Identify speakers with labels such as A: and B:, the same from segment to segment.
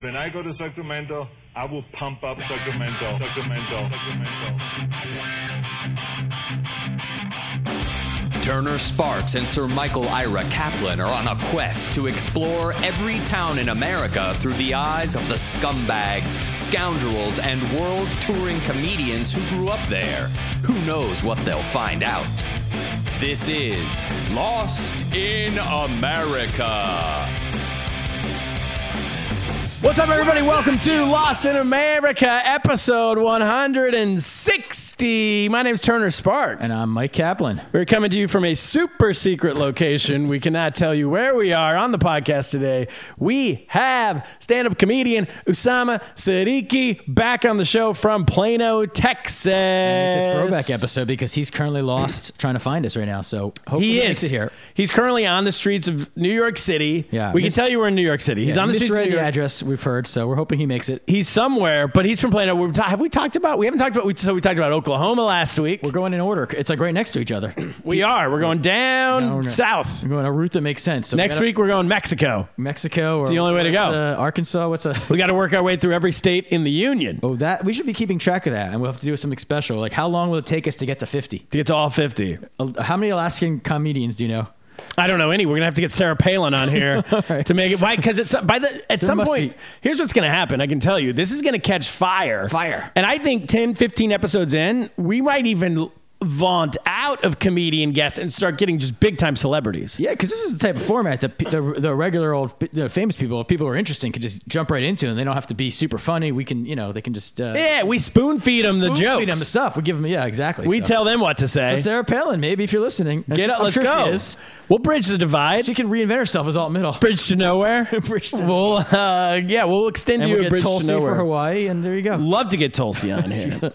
A: When I go to Sacramento, I will pump up Sacramento, Sacramento, Sacramento.
B: Turner Sparks and Sir Michael Ira Kaplan are on a quest to explore every town in America through the eyes of the scumbags, scoundrels, and world touring comedians who grew up there. Who knows what they'll find out? This is Lost in America.
C: What's up, everybody? Welcome to Lost in America, episode 160. My name's Turner Sparks.
D: And I'm Uh, Mike Kaplan.
C: We're coming to you from a super secret location. We cannot tell you where we are on the podcast today. We have stand up comedian Usama Siddiqui back on the show from Plano, Texas.
D: And it's a throwback episode because he's currently lost trying to find us right now. So hopefully he is. He here.
C: He's currently on the streets of New York City.
D: Yeah,
C: we mis- can tell you we're in New York City. He's
D: yeah,
C: on the streets.
D: Read the address we've heard, so we're hoping he makes it.
C: He's somewhere, but he's from Plano. We're ta- have we talked about? We haven't talked about. We, so we talked about Oklahoma last week.
D: We're going in order. It's like right next to each other.
C: we are. We're going down no, we're south.
D: We're going a route that makes sense.
C: So Next we gotta, week we're going Mexico.
D: Mexico.
C: it's the only way to go.
D: Uh, Arkansas. What's a?
C: We got to work our way through every state in the union.
D: Oh, that we should be keeping track of that, and we'll have to do something special. Like, how long will it take us to get to fifty? Uh,
C: To get to all fifty.
D: How many Alaskan comedians do you know?
C: I don't know any. We're gonna have to get Sarah Palin on here right. to make it why because it's by the at there some point. Be. Here's what's gonna happen. I can tell you this is gonna catch fire.
D: Fire.
C: And I think 10, 15 episodes in, we might even vaunt out of comedian guests and start getting just big time celebrities.
D: Yeah, because this is the type of format that the, the regular old the famous people, people who are interesting, can just jump right into, and they don't have to be super funny. We can, you know, they can just uh,
C: yeah, we spoon feed them spoon the jokes,
D: feed them the stuff. We give them, yeah, exactly.
C: We so. tell them what to say.
D: So Sarah Palin, maybe if you're listening,
C: get up,
D: I'm
C: let's sure go. We'll bridge the divide.
D: She can reinvent herself as alt middle.
C: Bridge to nowhere.
D: bridge to
C: we'll uh, yeah, we'll extend
D: and
C: you
D: we'll
C: a bridge
D: Tulsi
C: to nowhere
D: for Hawaii, and there you go.
C: Love to get Tulsi on here, the,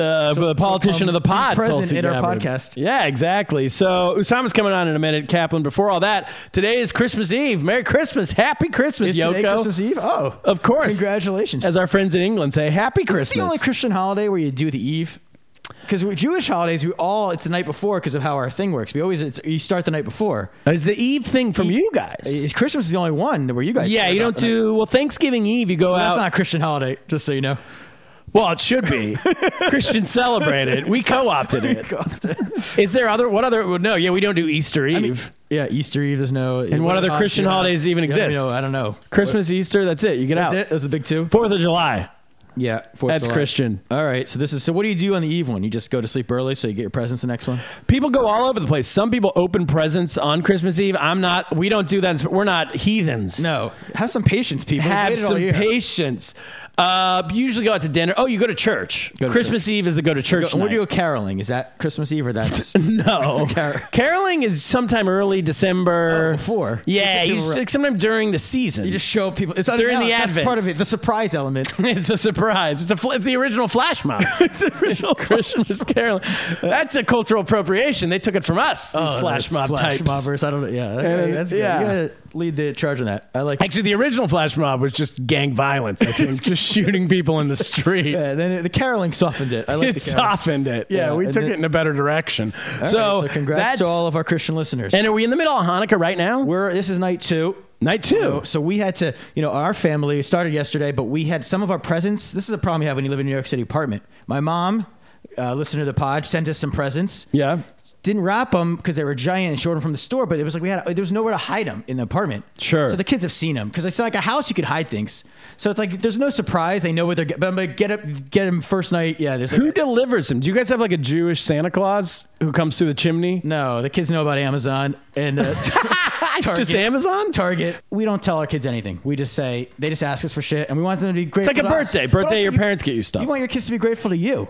C: uh, so, politician of the pod,
D: present
C: Tulsi
D: in our Gabbard. podcast.
C: Yeah, exactly. So Usama's coming on in a minute, Kaplan. Before all that, today is Christmas Eve. Merry Christmas. Happy Christmas,
D: is
C: Yoko.
D: Christmas Eve? Oh.
C: Of course.
D: Congratulations.
C: As our friends in England say, Happy
D: is
C: Christmas. It's
D: the only Christian holiday where you do the Eve. Because Jewish holidays, we all it's the night before because of how our thing works. We always it's, you start the night before.
C: It's the Eve thing from
D: Eve,
C: you guys.
D: Christmas is the only one where you guys.
C: Yeah, you don't do well Thanksgiving Eve. You go
D: well,
C: out.
D: That's not a Christian holiday, just so you know.
C: Well, it should be. Christians celebrate it. We co-opted it. Is there other? What other? No, yeah, we don't do Easter Eve. I mean,
D: yeah, Easter Eve. There's no. oh,
C: And what, other Christian holidays even exist?
D: I don't know.
C: Christmas,
D: what?
C: Easter. That's it. You get
D: that's
C: out.
D: It. Those are the big two.
C: Fourth of July.
D: Yeah,
C: that's Christian.
D: All right, so this is so. What do you do on the eve one? You just go to sleep early so you get your presents the next one.
C: People go all over the place. Some people open presents on Christmas Eve. I'm not. We don't do that. We're not heathens.
D: No, have some patience, people.
C: Have some patience. Uh, usually go out to dinner. Oh, you go to church. Go to Christmas church. Eve is the go to church.
D: Go, where do you go caroling? Is that Christmas Eve or that's
C: no? Car- caroling is sometime early December.
D: Oh, before.
C: Yeah, you just, like sometime during the season.
D: You just show people. It's
C: during
D: no,
C: the
D: that's
C: Advent.
D: Part of it, the surprise element.
C: it's a surprise. It's a it's the original flash mob.
D: it's the original
C: Christmas Carol. That's a cultural appropriation. They took it from us. These
D: oh,
C: flash mob
D: flash
C: types. Uh,
D: Mobbers. I don't. Yeah, that, that's good. Yeah. You gotta lead the charge on that. I like.
C: Actually, the original flash mob was just gang violence. I think just shooting people in the street.
D: Yeah. uh, Then it, the caroling softened it. I like
C: it softened it. Yeah, yeah we took then, it in a better direction.
D: Right,
C: so,
D: so congrats to all of our Christian listeners.
C: And are we in the middle of Hanukkah right now?
D: We're this is night two.
C: Night two.
D: So, so, we had to, you know, our family started yesterday, but we had some of our presents. This is a problem you have when you live in a New York City apartment. My mom, uh, listened to the pod, sent us some presents.
C: Yeah.
D: Didn't wrap them because they were giant and showed them from the store, but it was like we had there was nowhere to hide them in the apartment.
C: Sure.
D: So the kids have seen them because it's like a house you could hide things. So it's like there's no surprise they know what they're. But I'm like get up, get them first night. Yeah. There's like
C: who
D: a,
C: delivers them? Do you guys have like a Jewish Santa Claus who comes through the chimney?
D: No, the kids know about Amazon and. Uh,
C: Target. Just Amazon?
D: Target. We don't tell our kids anything. We just say they just ask us for shit, and we want them to be grateful.
C: It's like a birthday.
D: Us.
C: Birthday, your you, parents get you stuff.
D: You want your kids to be grateful to you.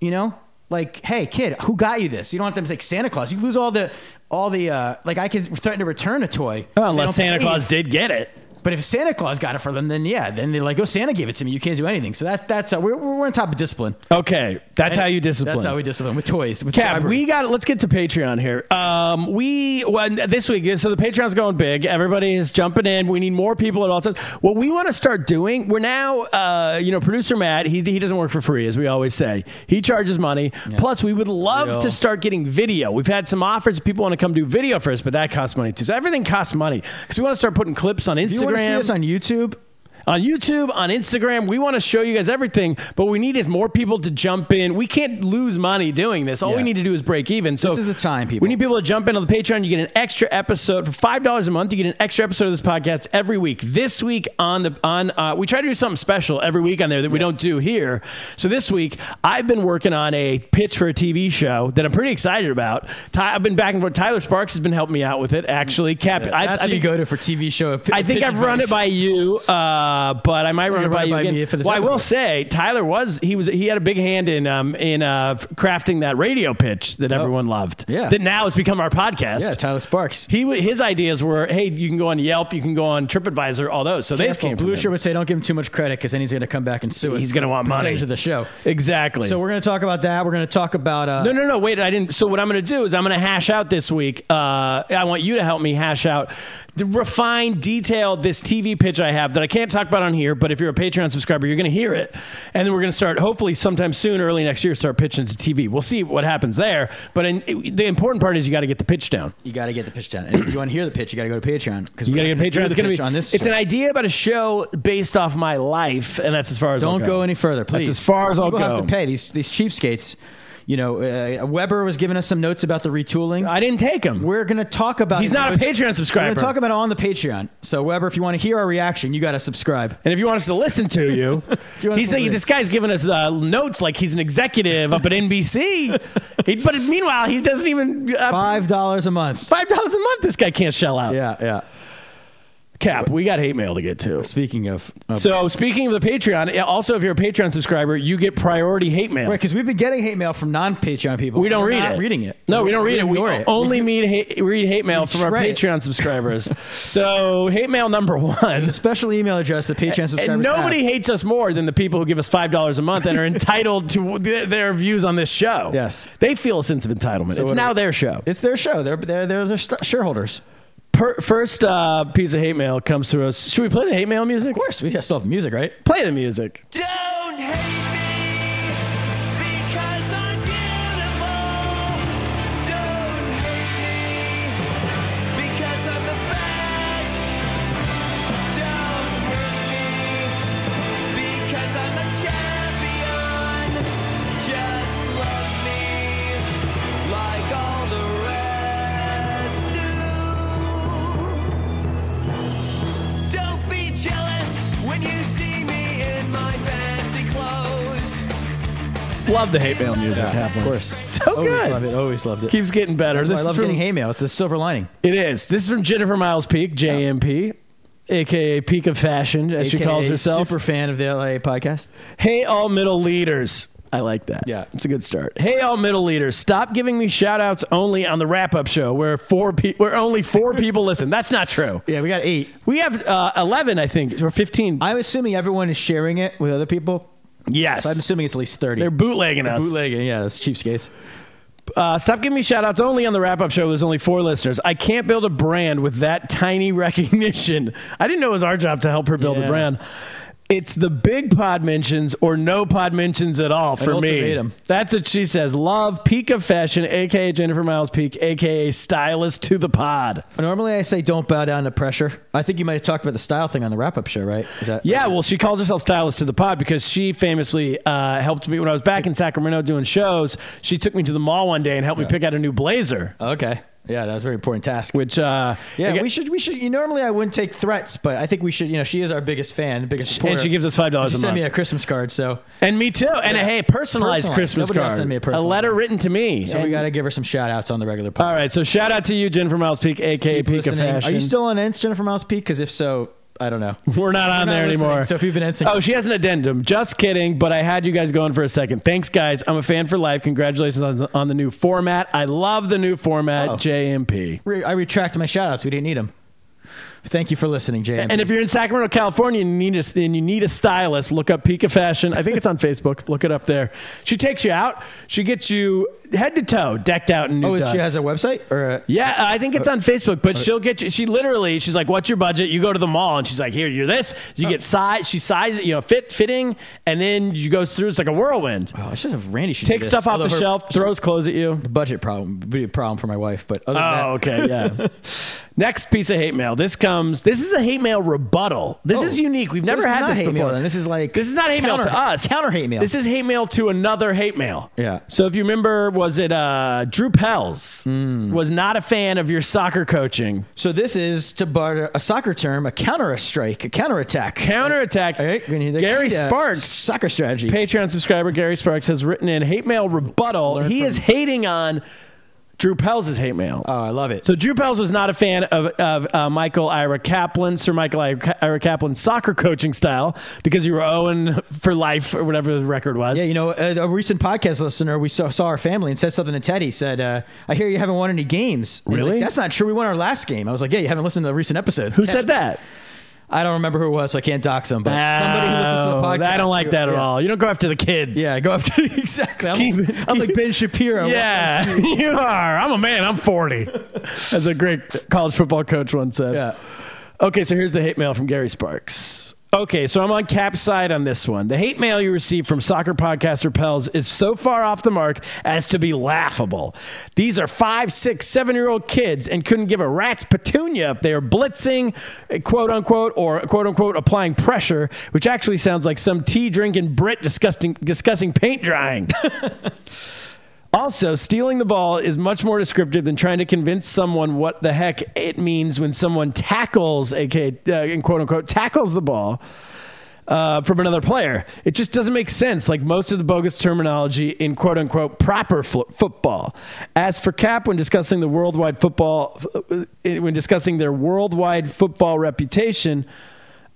D: You know, like, hey, kid, who got you this? You don't want them to like Santa Claus. You lose all the, all the. Uh, like, I could threaten to return a toy
C: oh, unless Santa Claus did get it.
D: But if Santa Claus got it for them, then yeah, then they're like, oh, Santa gave it to me. You can't do anything. So that that's uh, we're, we're on top of discipline.
C: Okay, that's and how you discipline.
D: That's how we discipline with toys. With
C: Cap, we got. Let's get to Patreon here. Um, we when this week, so the Patreon's going big. Everybody is jumping in. We need more people at all times. What we want to start doing, we're now, uh, you know, producer Matt. He he doesn't work for free, as we always say. He charges money. Yeah. Plus, we would love Real. to start getting video. We've had some offers. People want to come do video for us, but that costs money too. So everything costs money because we want to start putting clips on Instagram
D: see us on YouTube?
C: on YouTube, on Instagram. We want to show you guys everything, but we need is more people to jump in. We can't lose money doing this. All we
D: Yeah.
C: need to do is break even. So
D: This is the time, people.
C: We need people to jump in on the Patreon. You get an extra episode for five dollars a month. You get an extra episode of this podcast every week. This week on the on uh, we try to do something special every week on there that we don't do here. So this week I've been working on a pitch for a TV show that I'm pretty excited about. Ty, I've been back and forth. Tyler Sparks has been helping me out with it. Actually, Cap. I,
D: That's
C: I
D: what you
C: think-
D: go to for TV show. op-
C: I think
D: pitch
C: I've run it
D: advice.
C: by
D: Oh,
C: you, uh, but I might run
D: You're
C: it by
D: running
C: you
D: by
C: again.
D: me for this
C: well, I will
D: episode.
C: say Tyler was he was he had a big hand in um, in uh, crafting that radio pitch that everyone loved.
D: Oh. Yeah.
C: that now has become our podcast.
D: Yeah, Tyler Sparks.
C: He w- his ideas were, hey, you can go on Yelp, you can go on TripAdvisor, all those. So they
D: Careful.
C: came from
D: Blue
C: him.
D: Shirt would say, "Don't give him too much credit, because then he's going to come back and sue us.
C: He's gonna want
D: Percentage
C: money.
D: of the show."
C: Exactly.
D: So we're going to talk about that. We're going to talk about uh,
C: No, no, no. Wait, I didn't. So what I'm going to do is I'm going to hash out this week. Uh, I want you to help me hash out, the refine, detail this TV pitch I have that I can't talk about on here. But if you're a Patreon subscriber, you're going to hear it, and then we're going to start hopefully sometime soon, early next year, start pitching to TV. We'll see what happens there. But in, the important part is you got to get the pitch down.
D: you got to get the pitch down. And if you want to hear the pitch, you got to go to Patreon because
C: You got to get Patreon. It's going to be
D: on this.
C: It's
D: show.
C: an idea about a show based off my life, and that's as far as I'll
D: Don't go any further, please.
C: That's as far as I'll
D: People
C: go.
D: have to pay these these cheapskates. You know, uh, Weber was giving us some notes about the retooling.
C: I didn't take him.
D: we're going to talk about.
C: He's not a
D: We're-
C: Patreon subscriber.
D: We're going to talk about it on the Patreon. So Weber, if you want to hear our reaction, you got to subscribe.
C: And if you want us to listen to you,
D: you want
C: he's
D: us to
C: like,
D: listen.
C: this guy's giving us uh, notes like he's an executive up at NBC. he, but meanwhile, he doesn't even uh,
D: Five dollars a month.
C: five dollars a month. This guy can't shell out.
D: Yeah, yeah.
C: Cap, we got hate mail to get to.
D: Speaking of,
C: So speaking of the Patreon, yeah, also if you're a Patreon subscriber, you get priority hate mail.
D: Right, because we've been getting hate mail from non-Patreon people.
C: we don't
D: We're
C: read
D: not
C: it.
D: Reading it.
C: No, we don't read it. We
D: ignore
C: only mean hate, read hate mail from our
D: shred it.
C: Patreon subscribers. so hate mail number one.
D: The special email address the Patreon subscribers
C: And nobody
D: have.
C: hates us more than the people who give us five dollars a month and are entitled to their, their views on this show.
D: Yes.
C: they feel a sense of entitlement. it's
D: what
C: now
D: are-
C: their show.
D: It's their show. They're they're they're, they shareholders.
C: Per, first uh, piece of hate mail comes to us. Should we play the hate mail music?
D: Of course, we still have music, right?
C: Play the music.
E: Don't hate me because I'm beautiful. Don't hate me because I'm the best. Don't hate me because I'm the champion. Just love me like all the rest do. Don't be jealous when you see me in my fancy clothes.
C: Love the hate mail music.
D: of course.
C: So
D: always
C: good.
D: Love it. Always loved it.
C: Keeps getting better.
D: That's why
C: This
D: I
C: is
D: love
C: from,
D: getting hate mail. It's the silver lining.
C: It is. This is from Jennifer Miles Peak, JMP, aka Peak of Fashion, as she
D: AKA
C: calls herself.
D: Super fan of the LA podcast.
C: Hey, all middle leaders. I like that.
D: Yeah.
C: It's a good start. Hey, all middle leaders, stop giving me shout outs only on the wrap up show where four pe- where only four people listen. That's not true.
D: Yeah, we got eight.
C: We have uh, 11, I think, or 15.
D: I'm assuming everyone is sharing it with other people.
C: yes.
D: So I'm assuming it's at least 30.
C: They're bootlegging us.
D: bootlegging. Yeah, that's cheapskates.
C: Uh, stop giving me shout outs only on the wrap up show. There's only four listeners. I can't build a brand with that tiny recognition. I didn't know it was our job to help her build a
D: Yeah.
C: brand. It's the big pod mentions or no pod mentions at all for me.
D: ultimatum.
C: That's what she says. Love, peak of fashion, aka Jennifer Miles Peak, aka stylist to the pod.
D: Normally I say don't bow down to pressure. I think you might have talked about the style thing on the wrap up show, right? Is that
C: Yeah, well, she calls herself stylist to the pod because she famously uh, helped me when I was back in Sacramento doing shows. She took me to the mall one day and helped me pick out a new blazer.
D: Okay. Yeah, that was a very important task.
C: Which uh,
D: yeah,
C: I got-
D: we should we should you normally I wouldn't take threats, but I think we should, you know, she is our biggest fan, biggest supporter.
C: and she gives us five dollars
D: She
C: a
D: sent
C: month.
D: me a Christmas card, so
C: And me too. And a, hey, personalized,
D: Personalized.
C: Christmas
D: Nobody else
C: card.
D: sent me a personalized.
C: letter written to me.
D: so we
C: And-
D: got to give her some shout outs on the regular podcast.
C: All right. So shout out to you, Jennifer Miles Peak, aka
D: Keep
C: Peak of
D: listening.
C: Fashion.
D: Are you still on Ents, Jennifer Miles Peak? Because if so, I don't know.
C: We're not on
D: not
C: there
D: listening,
C: anymore.
D: so if you've been Ensign-
C: oh, she has an addendum. Just kidding. But I had you guys going for a second. Thanks, guys. I'm a fan for life. Congratulations on, on the new format. I love the new format.
D: Oh.
C: JMP.
D: Re- I retracted my shout outs. We didn't need them. Thank you for listening, JM.
C: And if you're in Sacramento, California, and you need a, and you need a stylist, look up Pika Fashion. I think it's on Facebook. Look it up there. She takes you out. She gets you head to toe decked out in new.
D: oh, is- she
C: duds.
D: has a website or uh, a,
C: Yeah, I think it's on Facebook,
D: Uh,
C: but she'll get you. She literally, she's like, "What's your budget?" You go to the mall, and she's like, "Here, you're this." You get size. She size, you know, fit fitting, and then you go through. It's like a whirlwind.
D: Oh, I should have Randy. Should do
C: Takes
D: this.
C: stuff off the
D: Although her
C: shelf, throws clothes at you.
D: Budget problem would be a problem for my wife, but other than
C: Oh,
D: that,
C: okay, yeah. Next piece of hate mail. This comes. This is a hate mail rebuttal. This
D: Oh.
C: is unique. We've
D: So
C: never
D: this is
C: had
D: not
C: this
D: hate mail,
C: before.
D: then. This is like
C: this is not hate mail to
D: counter-
C: us.
D: counter hate mail.
C: This is hate mail to another hate mail.
D: Yeah.
C: So if you remember, was it uh, Drew Pels
D: Hmm.
C: was not a fan of your soccer coaching
D: So this is to borrow a soccer term, a counter a strike, a counterattack.
C: counterattack?
D: All right, we need to
C: Gary
D: create a
C: Sparks
D: soccer strategy.
C: Patreon subscriber Gary Sparks has written in hate mail rebuttal. he is hating on Drew Pels' hate mail.
D: oh, I love it.
C: so Drew Pels was not a fan of, of uh, Michael Ira Kaplan, Sir Michael Ira, Ira Kaplan's soccer coaching style because you were Owen for life or whatever the record was.
D: yeah, you know, a, a recent podcast listener, we saw, saw our family and said something to Teddy. Said, uh, "I hear you haven't won any games." And he's
C: Really?
D: Like, That's not true. We won our last game. I was like, "Yeah, you haven't listened to the recent episodes."
C: Who said that?
D: I don't remember who it was, so I can't dox him. But somebody who listens to the
C: Oh,
D: podcast.
C: I don't like that at
D: Yeah.
C: all. You don't go after the kids.
D: Yeah, go up to exactly. I'm,
C: Keep it-
D: I'm like Ben Shapiro.
C: Yeah, you are. I'm a man. I'm 40. As a great college football coach once said.
D: Yeah.
C: Okay, so here's the hate mail from Gary Sparks. Okay, so I'm on Cap's side on this one. The hate mail you received from soccer podcaster Pels is so far off the mark as to be laughable. These are five, six, seven year old kids and couldn't give a rat's petunia if they are blitzing, eh, quote unquote, or quote unquote applying pressure, which actually sounds like some tea drinking Brit discussing, discussing paint drying. Also, stealing the ball is much more descriptive than trying to convince someone what the heck it means when someone tackles, aka uh, in quote unquote, tackles the ball uh, from another player. It just doesn't make sense, like most of the bogus terminology in quote unquote proper fl- football. As for Cap, when discussing the worldwide football, uh, when discussing their worldwide football reputation,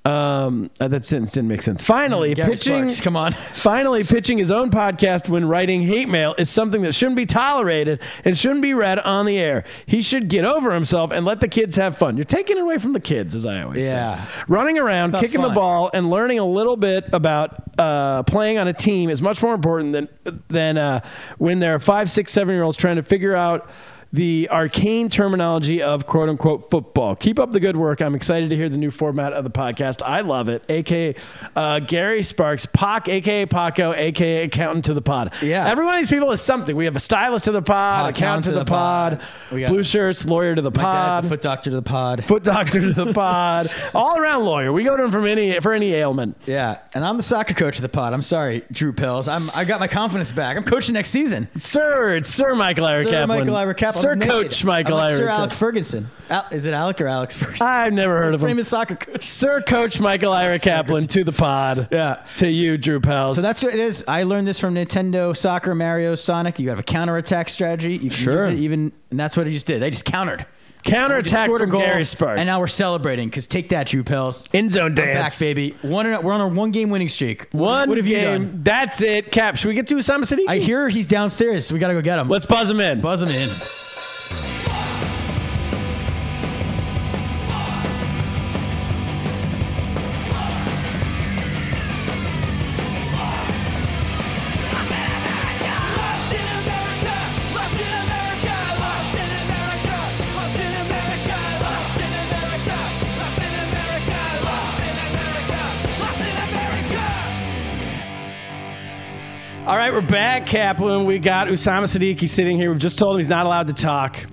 C: um, uh, that sentence didn't make sense. Finally,
D: Mm, Gary
C: pitching.
D: Sparks, come on.
C: Finally, pitching his own podcast when writing hate mail is something that shouldn't be tolerated and shouldn't be read on the air. He should get over himself and let the kids have fun. You're taking it away from the kids, as I always
D: Yeah.
C: say. Running around,
D: about
C: kicking the
D: fun.
C: ball, and learning a little bit about uh, playing on a team is much more important than than uh, when there are five, six, seven year olds trying to figure out. The arcane terminology of quote unquote football. Keep up the good work. I'm excited to hear the new format of the podcast. I love it. AKA uh, Gary Sparks, Pac, AKA Paco, AKA Accountant to the Pod.
D: Yeah.
C: Every one of these people is something. We have a stylist to the pod,
D: Pod,
C: accountant to the, pod,
D: We got-
C: blue shirts, lawyer to the
D: My
C: pod
D: dad's the foot doctor to the pod.
C: foot doctor to the pod, all around lawyer. We go to him from any for any ailment.
D: Yeah, and I'm the soccer coach of the pod. I'm sorry, Drew Pels. I'm I got my confidence back. I'm coaching next season.
C: Sir, it's Sir Michael Ira
D: Sir
C: Kaplan.
D: Michael Ira Kaplan.
C: Sir
D: I'm naked.
C: Coach Michael
D: I'm like
C: Ira.
D: Sir
C: Kaplan.
D: Alec Ferguson. Al- is it Alec or Alex first?
C: I've never heard of him.
D: Famous soccer coach.
C: Sir Coach Michael Ira
D: Ferguson.
C: Kaplan to the pod.
D: Yeah.
C: To you, Drew Pals.
D: So that's what it is. I learned this from Nintendo Soccer Mario Sonic. You have a counterattack strategy. You can
C: Sure.
D: Use it even and that's what I just did. They just countered.
C: counterattack
D: Scored a
C: from
D: goal,
C: Gary Sparks.
D: And now we're celebrating because take that, Drew Pels.
C: in zone
D: We're
C: dance.
D: back, baby. One in a- we're on a one game winning streak.
C: One
D: What have you
C: game.
D: done?
C: That's it. Cap, should we get to Osama City?
D: I hear he's downstairs. So we gotta go get him.
C: Let's buzz him in.
D: buzz him in.
E: Lost in America, lost in America, lost in America, lost in America, lost in America, lost in America, lost in America, lost in America.
C: All right, we're back, Kaplan. We got Usama Siddiqui sitting here. We've just told him he's not allowed to talk.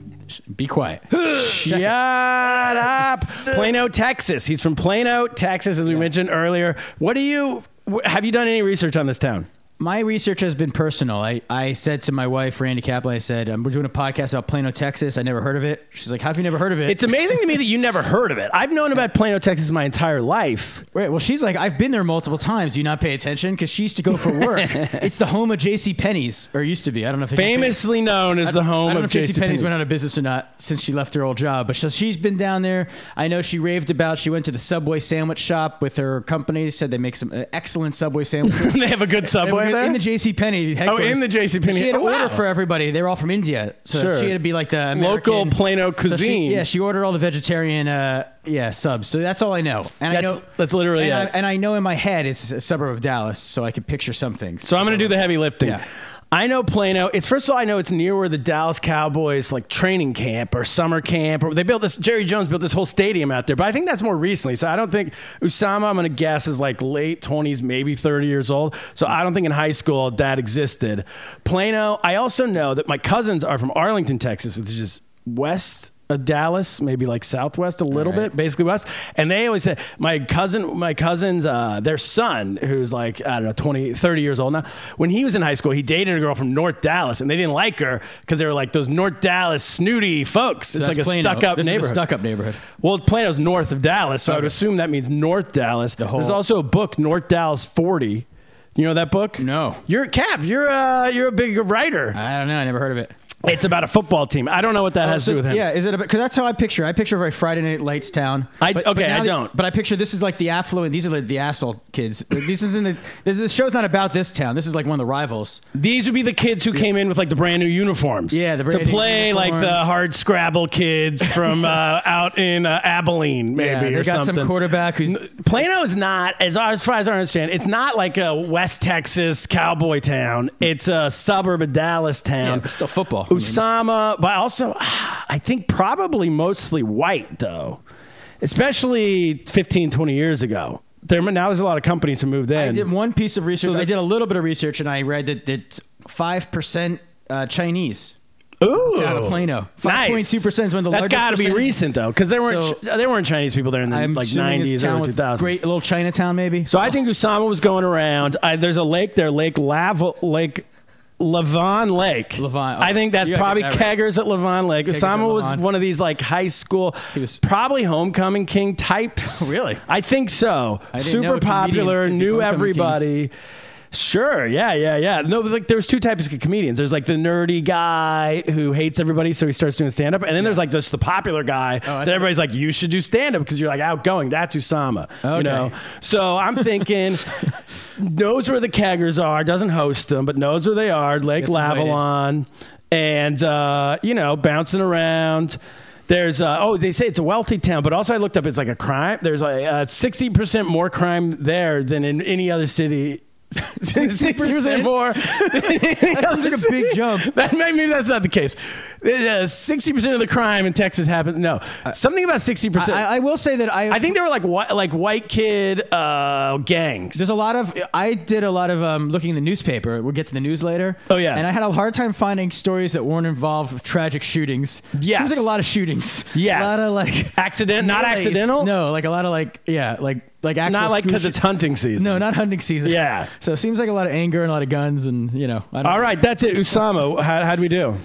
D: Be quiet.
C: Shut up. Plano, Texas. He's from Plano, Texas, as we mentioned earlier. What do you wh- have you done any research on this town?
D: My research has been personal. I, I said to my wife, Randy Kaplan, I said, um, We're doing a podcast about Plano, Texas. I never heard of it. She's like, How have you never heard of it?
C: It's amazing to me that you never heard of it. I've known about Plano, Texas my entire life.
D: Right. Well, she's like, I've been there multiple times. Do you not pay attention? Because she used to go for work. it's the home of J.C. Penney's, or used to be. I don't know if they
C: Famously known as the home
D: I don't
C: of
D: know if J.C. Penney's
C: JCPenney's.
D: went out of business or not since she left her old job, but so she's been down there. I know she raved about. She went to the Subway sandwich shop with her company. Said they make some uh, excellent Subway sandwiches.
C: they have a good subway
D: in,
C: there. Oh,
D: in the J.C. Penney.
C: in the JCPenney.
D: She had to
C: Oh, wow.
D: order for everybody. They were all from India, so
C: Sure.
D: she had to be like the
C: Local
D: American-
C: Plano
D: So she-
C: cuisine.
D: yeah, she ordered all the vegetarian, uh, yeah, subs. So that's all I know. And
C: That's-
D: I know
C: that's literally
D: and
C: it.
D: I, and I know in my head it's a suburb of Dallas, so I could picture something.
C: So I'm going to do the heavy lifting.
D: Yeah.
C: I know Plano. It's first of all, I know it's near where the Dallas Cowboys like training camp or summer camp, or they built this. Jerry Jones built this whole stadium out there, but I think that's more recently. So I don't think Usama. I'm going to guess is like late 20s, maybe 30 years old. So I don't think in high school that existed. Plano. I also know that my cousins are from Arlington, Texas, which is just west of Dallas, maybe like southwest a little
B: All right.
C: bit, basically west. And they always said my cousin, my cousin's uh, their son, who's like I don't know 20, 30 years old now. When he was in high school, he dated a girl from North Dallas, and they didn't like her because they were like those North Dallas snooty folks. it's like a stuck up neighborhood.
D: Stuck up neighborhood.
C: Well, Plano's north of Dallas, so I would
D: Okay.
C: assume that means North Dallas.
D: whole-
C: There's also a book, North Dallas 40. You know that book?
D: No.
C: You're Cap. You're a you're a big writer.
D: I don't know. I never heard of it.
C: It's about a football team. I don't know what that has to do with him.
D: Yeah, is it because that's how I picture. I picture very Friday Night Lights town.
C: I- okay,
D: now
C: I
D: the-
C: don't.
D: but I picture this is like the affluent. These are like the asshole kids. this is in the. This show's not about this town. This is like one of the rivals.
C: These would be the kids who came in with like the brand new uniforms.
D: Yeah, the brand
C: to
D: new
C: play like the
D: uniforms.
C: hard Scrabble kids from uh, out in uh, Abilene, maybe
D: Yeah, they
C: or
D: got some
C: something.
D: quarterback who's-
C: N- Plano's not as as far as I understand. It's not like a West Texas cowboy town. It's a suburb of Dallas town.
D: Hmm. Yeah, but still football. I mean, it's-
C: Usama, but also ah, I think probably mostly white though, especially 15, 20 years ago. There now there's a lot of companies who moved in.
D: I did one piece of research.
C: So
D: I
C: that-
D: did a little bit of research, and I read that it's five percent uh, Chinese.
C: Ooh,
D: out of Plano.
C: Nice.
D: 5.2% is one of the
C: That's
D: largest
C: got to be
D: percentage.
C: recent though, because there weren't
D: So-
C: Ch- there weren't Chinese people there in the
D: I'm
C: like
D: assuming
C: nineties,
D: it's town
C: early two
D: with
C: thousands.
D: Great little Chinatown, maybe.
C: So I think Usama was going around. I, there's a lake there, Lake Lava, Lake Lavon Lake.
D: Lavon,
C: I think that's
D: you gotta
C: probably
D: get that right.
C: Keggers at Lavon Lake.
D: Keggers
C: Usama
D: at
C: was
D: Levon.
C: one of these like high school,
D: He was-
C: probably homecoming king types.
D: Really?
C: I think so.
D: I didn't know
C: Super
D: comedians
C: popular,
D: could be
C: knew
D: homecoming
C: everybody. Sure. Yeah. Yeah. Yeah. No, but like there's two types of comedians. There's like the nerdy guy who hates everybody, so he starts doing stand up, and then there's like just the popular guy
D: Oh, I
C: that
D: thought-
C: everybody's like, you should do stand up because you're like outgoing. That's Usama. You
D: Okay.
C: know. So I'm thinking, knows where the keggers are, doesn't host them, but knows where they are, Lake
D: Gets invited.
C: Lavalon, and, uh, you know, bouncing around. There's, uh, oh, they say it's a wealthy town, but also I looked up, it's like a crime. There's like uh, 60% more crime there than in any other city. 60% more. That
D: like a big jump.
C: That, maybe that's not the case. Uh, 60% of the crime in Texas happens. No. Something about 60%.
D: I, I will say that I,
C: I think they were like white, like white kid uh, gangs.
D: There's a lot of I did a lot of um, looking in the newspaper. We'll get to the news later.
C: Oh, yeah.
D: and I had a hard time finding stories that weren't involved tragic shootings.
C: Yes.
D: seems like a lot of shootings.
C: Yes.
D: a lot of like
C: accident, not
D: melees.
C: accidental.
D: No, like a lot of like yeah, like like actual
C: not like because
D: school
C: it's
D: shoot-
C: hunting season.
D: no, not hunting season.
C: Yeah.
D: so it seems like a lot of anger and a lot of guns and you know. I don't
C: All right, that's it, Usama. How how'd we do?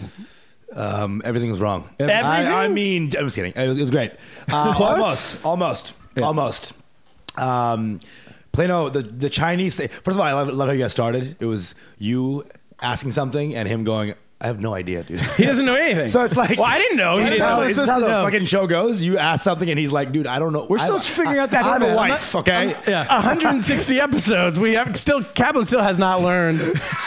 F: Um, everything was wrong.
C: Everything?
F: I, I mean, I'm just kidding. It was, it was great. Uh,
C: Close?
F: almost, almost, almost. Um, Plano, the the Chinese. Thing. First of all, I love, love how you guys started. It was you asking something and him going, "I have no idea, dude."
C: He doesn't know anything.
F: So it's like,
C: well, I didn't know. He
F: That's
C: didn't
F: how,
C: know.
F: this is how the fucking show goes. You ask something, and he's like, "Dude, I don't know."
D: We're
F: I-
D: still
F: I-
D: figuring out that
F: I have a
D: format. I'm
F: wife.
D: not-
F: okay,
D: I'm- yeah.
C: 160 episodes. We have still Kaplan still has not learned.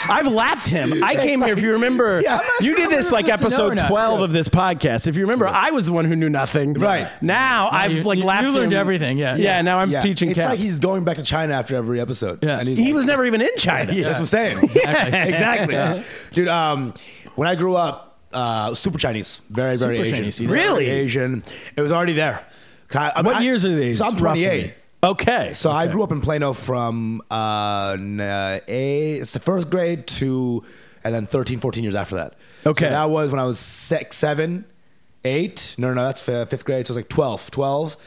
C: I've lapped him. I came here. If you remember,
F: Yeah, I'm not
C: you
F: sure
C: did this
D: if we're
C: like
D: supposed to know or
C: episode
D: not.
C: 12 of this podcast. If you remember, I was the one who knew nothing.
F: Right.
C: now, I've
D: you-
C: like
D: you-
C: lapped.
D: you learned
C: him.
D: everything, yeah.
C: Yeah.
D: Yeah.
C: Now I'm
F: Yeah.
C: teaching.
F: It's
C: Cap.
F: like he's going back to China after every episode.
D: Yeah.
F: and he's
C: he
F: like-
C: was never even in China.
F: Yeah, that's what I'm saying.
C: Yeah.
F: exactly. Dude, um, when I grew up, uh, super Chinese, very, very
D: Super
F: Asian.
D: Chinese,
F: Very
C: Really?
F: Asian. It was already there. I- I mean,
C: What
F: I-
C: years are these?
F: So I'm 28.
C: roughly? Okay.
F: So I grew up in Plano from uh, n- uh, a, it's the first grade to, and then 13, 14 years after that.
C: Okay.
F: So that was when I was six, seven, eight. No, no, no, that's f- fifth grade. So it's like 12, 12